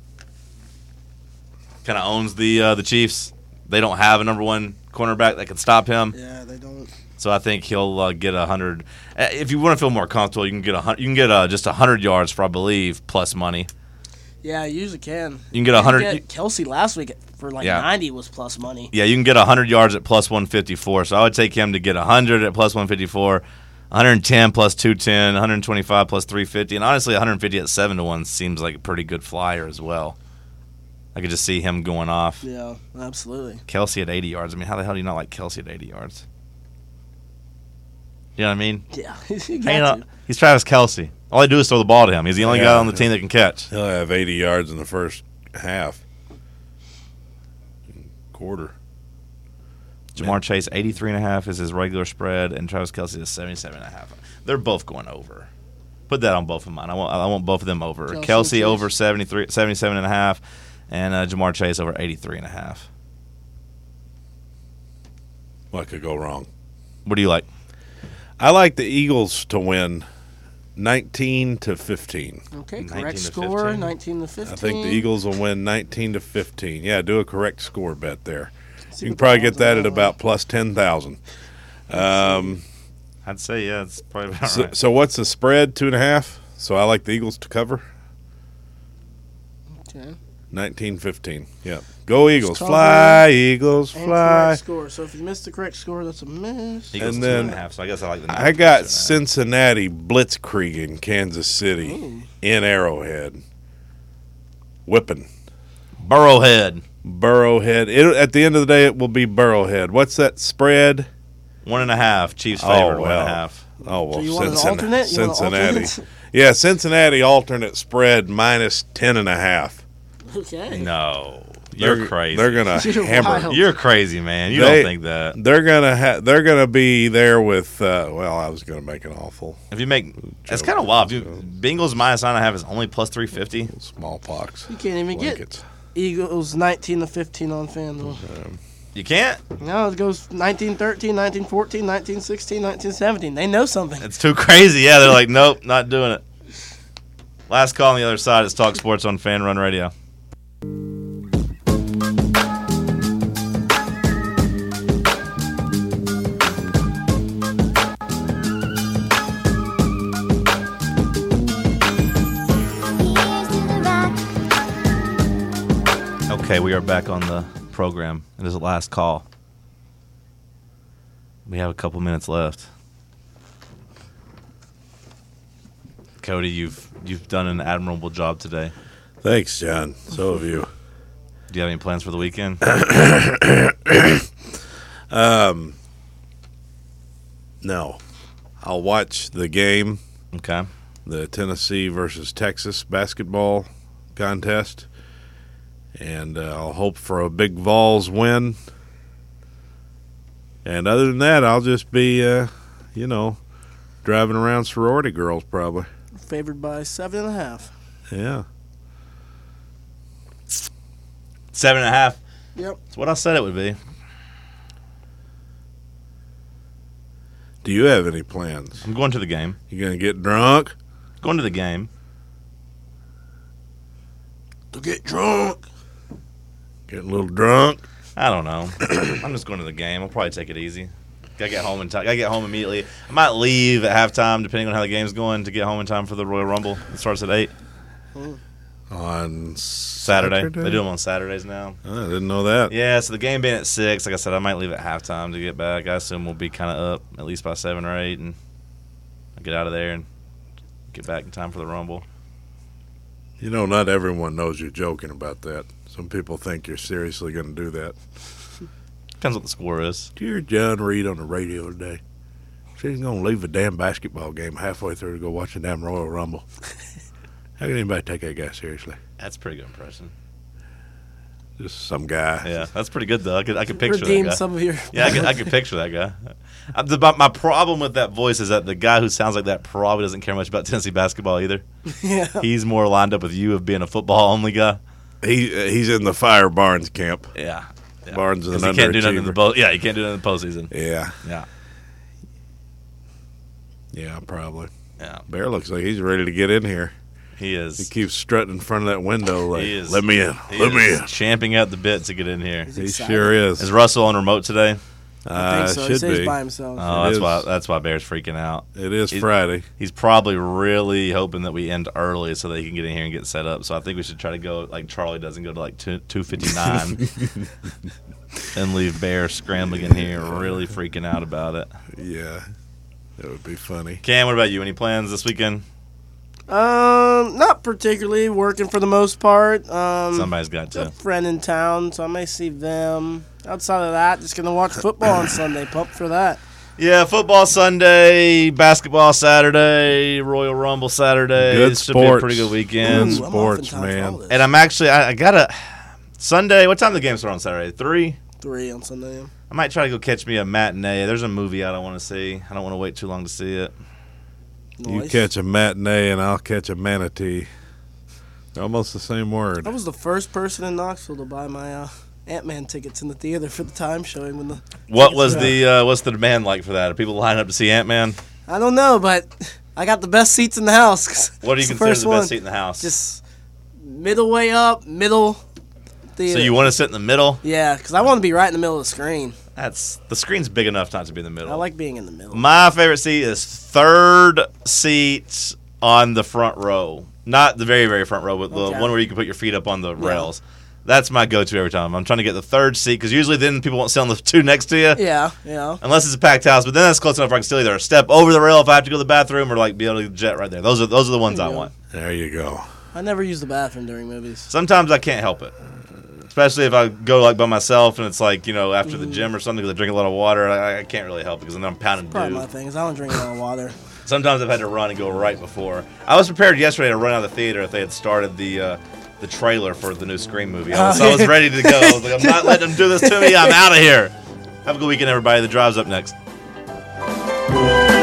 [SPEAKER 5] kind of owns the uh, the Chiefs. They don't have a number one cornerback that can stop him,
[SPEAKER 6] Yeah, they don't.
[SPEAKER 5] so I think he'll uh, get a hundred. Uh, If you want to feel more comfortable, you can get a hun- you can get uh, just a hundred yards for I believe plus money.
[SPEAKER 6] Yeah, you usually can.
[SPEAKER 5] You can get a
[SPEAKER 6] You
[SPEAKER 5] hundred.
[SPEAKER 6] get Kelsey last week for like
[SPEAKER 5] Yeah.
[SPEAKER 6] 90 was plus money.
[SPEAKER 5] Yeah, you can get 100 yards at plus 154. So I would take him to get 100 at plus 154, 110 plus 210, 125 plus 350, and honestly, 150 at 7 to 1 seems like a pretty good flyer as well. I could just see him going off.
[SPEAKER 6] Yeah, absolutely.
[SPEAKER 5] Kelsey at 80 yards. I mean, how the hell do you not like Kelsey at 80 yards? You know what I mean?
[SPEAKER 6] Yeah, you
[SPEAKER 5] Hanging
[SPEAKER 6] got
[SPEAKER 5] out-
[SPEAKER 6] to.
[SPEAKER 5] He's Travis Kelsey. All I do is throw the ball to him. He's the only
[SPEAKER 4] Yeah.
[SPEAKER 5] guy on the team that can catch.
[SPEAKER 4] He'll have eighty yards in the first half quarter.
[SPEAKER 5] Jamar Chase, 83.5 is his regular spread, and Travis Kelsey is 77.5. They're both going over. Put that on both of mine. I want, I want both of them over.
[SPEAKER 6] Kelsey
[SPEAKER 5] Kelsey,
[SPEAKER 6] and Chase.
[SPEAKER 5] over 73, 77.5, and uh, Jamar Chase over 83.5.
[SPEAKER 4] What could go wrong?
[SPEAKER 5] What do you like?
[SPEAKER 4] I like the Eagles to win nineteen to fifteen.
[SPEAKER 6] Okay,
[SPEAKER 5] 19
[SPEAKER 6] correct
[SPEAKER 5] to
[SPEAKER 6] score
[SPEAKER 5] 15.
[SPEAKER 6] 19 to 15.
[SPEAKER 4] I think the Eagles will win 19 to 15. Yeah, do a correct score bet there.
[SPEAKER 6] See
[SPEAKER 4] You can
[SPEAKER 6] what
[SPEAKER 4] probably
[SPEAKER 6] the
[SPEAKER 4] get
[SPEAKER 6] odds
[SPEAKER 4] that
[SPEAKER 6] are.
[SPEAKER 4] at about plus 10,000. Um,
[SPEAKER 5] I'd say, yeah, it's probably about
[SPEAKER 4] so,
[SPEAKER 5] right.
[SPEAKER 4] so what's the spread? Two and a half. So I like the Eagles to cover.
[SPEAKER 6] Okay.
[SPEAKER 4] 19 15. Yeah. Go Eagles.
[SPEAKER 6] cover.
[SPEAKER 4] Fly, Eagles,
[SPEAKER 6] And
[SPEAKER 4] fly.
[SPEAKER 6] correct score. So if you miss the correct score, that's a miss.
[SPEAKER 5] Eagles
[SPEAKER 4] and
[SPEAKER 5] two and a half.
[SPEAKER 4] then-
[SPEAKER 5] so I guess I like the
[SPEAKER 4] I got
[SPEAKER 5] two and
[SPEAKER 4] Cincinnati blitzkrieging Kansas City
[SPEAKER 6] Ooh.
[SPEAKER 4] in Arrowhead. Whipping.
[SPEAKER 5] a half. Burrowhead,
[SPEAKER 4] Burrowhead. It, at the end of the day, it will be Burrowhead. What's that spread?
[SPEAKER 5] one and a half. Chiefs
[SPEAKER 4] Oh,
[SPEAKER 5] favored, one
[SPEAKER 4] well.
[SPEAKER 5] and a half.
[SPEAKER 4] Oh well,
[SPEAKER 6] So you want an
[SPEAKER 4] Cincinnati.
[SPEAKER 6] alternate? You want an
[SPEAKER 4] Cincinnati.
[SPEAKER 6] alternate?
[SPEAKER 4] Yeah, Cincinnati alternate spread minus ten and a half.
[SPEAKER 6] Okay.
[SPEAKER 5] No. You're
[SPEAKER 4] They're-
[SPEAKER 5] crazy.
[SPEAKER 4] They're gonna
[SPEAKER 6] You're
[SPEAKER 4] hammer.
[SPEAKER 6] wild.
[SPEAKER 5] You're crazy, man. You
[SPEAKER 4] They-
[SPEAKER 5] don't think that.
[SPEAKER 4] They're gonna ha- they're gonna be there with. Uh, well, I was gonna make an awful
[SPEAKER 5] If you make, that's kind of wild. If you, Bengals minus nine and a half is only plus three fifty.
[SPEAKER 4] smallpox.
[SPEAKER 6] You can't even get
[SPEAKER 4] blankets.
[SPEAKER 6] Eagles 19 to 15 on FanDuel.
[SPEAKER 5] You can't.
[SPEAKER 6] No, it goes 1913, 1914, 1916, 1917. They know something.
[SPEAKER 5] It's too crazy. Yeah, they're like, nope, not doing it. Last call on the other side is Talk Sports on Fan Run Radio.
[SPEAKER 3] Here's to the rock.
[SPEAKER 5] Okay, we are back on the program. It is the last call. We have a couple minutes left. Cody, you've you've done an admirable job today.
[SPEAKER 4] Thanks, John. So have you.
[SPEAKER 5] Do you have any plans for the weekend?
[SPEAKER 4] No. I'll watch the game,
[SPEAKER 5] Okay.
[SPEAKER 4] the Tennessee versus Texas basketball contest, and uh, I'll hope for a big Vols win. And other than that, I'll just be, uh, you know, driving around sorority girls probably.
[SPEAKER 6] Favored by seven and a half.
[SPEAKER 4] Yeah.
[SPEAKER 5] Seven and a half.
[SPEAKER 6] Yep.
[SPEAKER 5] That's what I said it would be.
[SPEAKER 4] Do you have any plans?
[SPEAKER 5] I'm going to the game.
[SPEAKER 4] You gonna get drunk?
[SPEAKER 5] Going to the game.
[SPEAKER 1] To get drunk.
[SPEAKER 4] Get a little drunk?
[SPEAKER 5] I don't know. I'm just going to the game. I'll probably take it easy. Gotta get home in time. Gotta get home immediately. I might leave at halftime, depending on how the game's going, to get home in time for the Royal Rumble. It starts at eight
[SPEAKER 4] On
[SPEAKER 5] Saturday.
[SPEAKER 4] Saturday.
[SPEAKER 5] They do them on Saturdays now.
[SPEAKER 4] I didn't know that.
[SPEAKER 5] Yeah. So the game being at six, like I said, I might leave at halftime to get back. I assume we'll be kind of up at least by seven or eight, and I'll get out of there and get back in time for the Rumble.
[SPEAKER 4] You know, not everyone knows you're joking about that. Some people think you're seriously going to do that.
[SPEAKER 5] Depends what the score is.
[SPEAKER 4] Did you hear John Reed on the radio today? Said he's going to leave a damn basketball game halfway through to go watch the damn Royal Rumble. How can anybody take that guy seriously?
[SPEAKER 5] That's a pretty good impression.
[SPEAKER 4] Just some guy.
[SPEAKER 5] Yeah, that's pretty good though. I could I could picture that
[SPEAKER 6] Redeem
[SPEAKER 5] guy.
[SPEAKER 6] some of your.
[SPEAKER 5] Yeah, I can, I can picture that guy. Uh, the- but my problem with that voice is that the guy who sounds like that probably doesn't care much about Tennessee basketball either.
[SPEAKER 6] yeah.
[SPEAKER 5] He's more lined up with you of being a football only guy.
[SPEAKER 4] He he's in the Fire Barnes camp.
[SPEAKER 5] Yeah, yeah.
[SPEAKER 4] Barnes is
[SPEAKER 5] 'Cause
[SPEAKER 4] an
[SPEAKER 5] he can't do nothing in the
[SPEAKER 4] underachiever.
[SPEAKER 5] post. Yeah, he can't do nothing in the postseason.
[SPEAKER 4] Yeah,
[SPEAKER 5] Yeah,
[SPEAKER 4] yeah, probably.
[SPEAKER 5] yeah.
[SPEAKER 4] Bear looks like he's ready to get in here.
[SPEAKER 5] He
[SPEAKER 4] He
[SPEAKER 5] is.
[SPEAKER 4] keeps strutting in front of that window like,
[SPEAKER 5] He is.
[SPEAKER 4] "Let me in,
[SPEAKER 5] he
[SPEAKER 4] let me
[SPEAKER 5] is
[SPEAKER 4] in."
[SPEAKER 5] champing out the bit to get in here.
[SPEAKER 4] He
[SPEAKER 6] excited.
[SPEAKER 4] sure is.
[SPEAKER 5] Is Russell on remote today?
[SPEAKER 6] I
[SPEAKER 4] Uh,
[SPEAKER 6] think so. He
[SPEAKER 4] should
[SPEAKER 6] says
[SPEAKER 4] be.
[SPEAKER 6] by himself.
[SPEAKER 5] Oh,
[SPEAKER 4] It
[SPEAKER 5] that's
[SPEAKER 4] is.
[SPEAKER 5] why. That's why Bear's freaking out.
[SPEAKER 4] It is
[SPEAKER 5] He's-
[SPEAKER 4] Friday.
[SPEAKER 5] He's probably really hoping that we end early so that he can get in here and get set up. So I think we should try to go like Charlie doesn't go to like two two fifty nine, and leave Bear scrambling in here, really freaking out about it.
[SPEAKER 4] Yeah, that would be funny.
[SPEAKER 5] Cam, what about you? Any plans this weekend?
[SPEAKER 6] Um, not particularly working for the most part. Um,
[SPEAKER 5] Somebody's got
[SPEAKER 6] a
[SPEAKER 5] to.
[SPEAKER 6] friend in town, so I may see them. Outside of that, just gonna watch football on Sunday. Pump for that.
[SPEAKER 5] Yeah, football Sunday, basketball Saturday, Royal Rumble Saturday.
[SPEAKER 4] Good
[SPEAKER 5] It should be a
[SPEAKER 4] sports.
[SPEAKER 5] pretty good
[SPEAKER 4] Good
[SPEAKER 5] weekend.
[SPEAKER 6] Ooh, I'm
[SPEAKER 4] sports,
[SPEAKER 6] off in time for
[SPEAKER 4] man.
[SPEAKER 6] all this.
[SPEAKER 5] And I'm actually I, I gotta Sunday. What time do the games start on Saturday? Three.
[SPEAKER 6] Three on Sunday.
[SPEAKER 5] I might try to go catch me a matinee. There's a movie I don't want to see. I don't want to wait too long to see it.
[SPEAKER 4] You
[SPEAKER 6] Nice.
[SPEAKER 4] catch a matinee, and I'll catch a manatee. They're almost the same word.
[SPEAKER 6] I was the first person in Knoxville to buy my uh, Ant Man tickets in the theater for the time showing when the.
[SPEAKER 5] What was the uh, what's the demand like for that? Are people lining up to see Ant Man?
[SPEAKER 6] I don't know, but I got the best seats in the house. 'cause
[SPEAKER 5] What do you
[SPEAKER 6] it's
[SPEAKER 5] consider
[SPEAKER 6] first
[SPEAKER 5] the best
[SPEAKER 6] one.
[SPEAKER 5] seat in the house?
[SPEAKER 6] Just middle way up, middle.
[SPEAKER 5] so
[SPEAKER 6] Theater.
[SPEAKER 5] you want to sit in the middle?
[SPEAKER 6] Yeah, because I want to be right in the middle of the screen.
[SPEAKER 5] That's the screen's big enough not to be in the middle.
[SPEAKER 6] I like being in the middle.
[SPEAKER 5] My favorite seat is third seat on the front row, not the very very front row, but the
[SPEAKER 6] Okay.
[SPEAKER 5] one where you can put your feet up on the rails. That's my go-to every time. I'm trying to get the third seat because usually then people won't sit on the two next to you.
[SPEAKER 6] yeah, yeah.
[SPEAKER 5] unless it's a packed house. But then that's close enough where I can still either step over the rail if I have to go to the bathroom, or like be able to jet right there. Those are those are the ones I
[SPEAKER 6] Yeah.
[SPEAKER 5] want.
[SPEAKER 4] There you go.
[SPEAKER 6] I never use the bathroom during movies.
[SPEAKER 5] Sometimes I can't help it, especially if I go like by myself and it's like you know after the gym or something because I drink a lot of water. I, I can't really help it because then I'm pounding
[SPEAKER 6] Probably my
[SPEAKER 5] dew.
[SPEAKER 6] thing is I don't drink a lot of water.
[SPEAKER 5] Sometimes I've had to run and go right before. I was prepared yesterday to run out of the theater if they had started the. Uh, the trailer for the new Scream movie. I was, I was ready to go. I was like, I'm not letting them do this to me. I'm out of here. Have a good weekend, everybody. The drive's up next.
[SPEAKER 3] Thank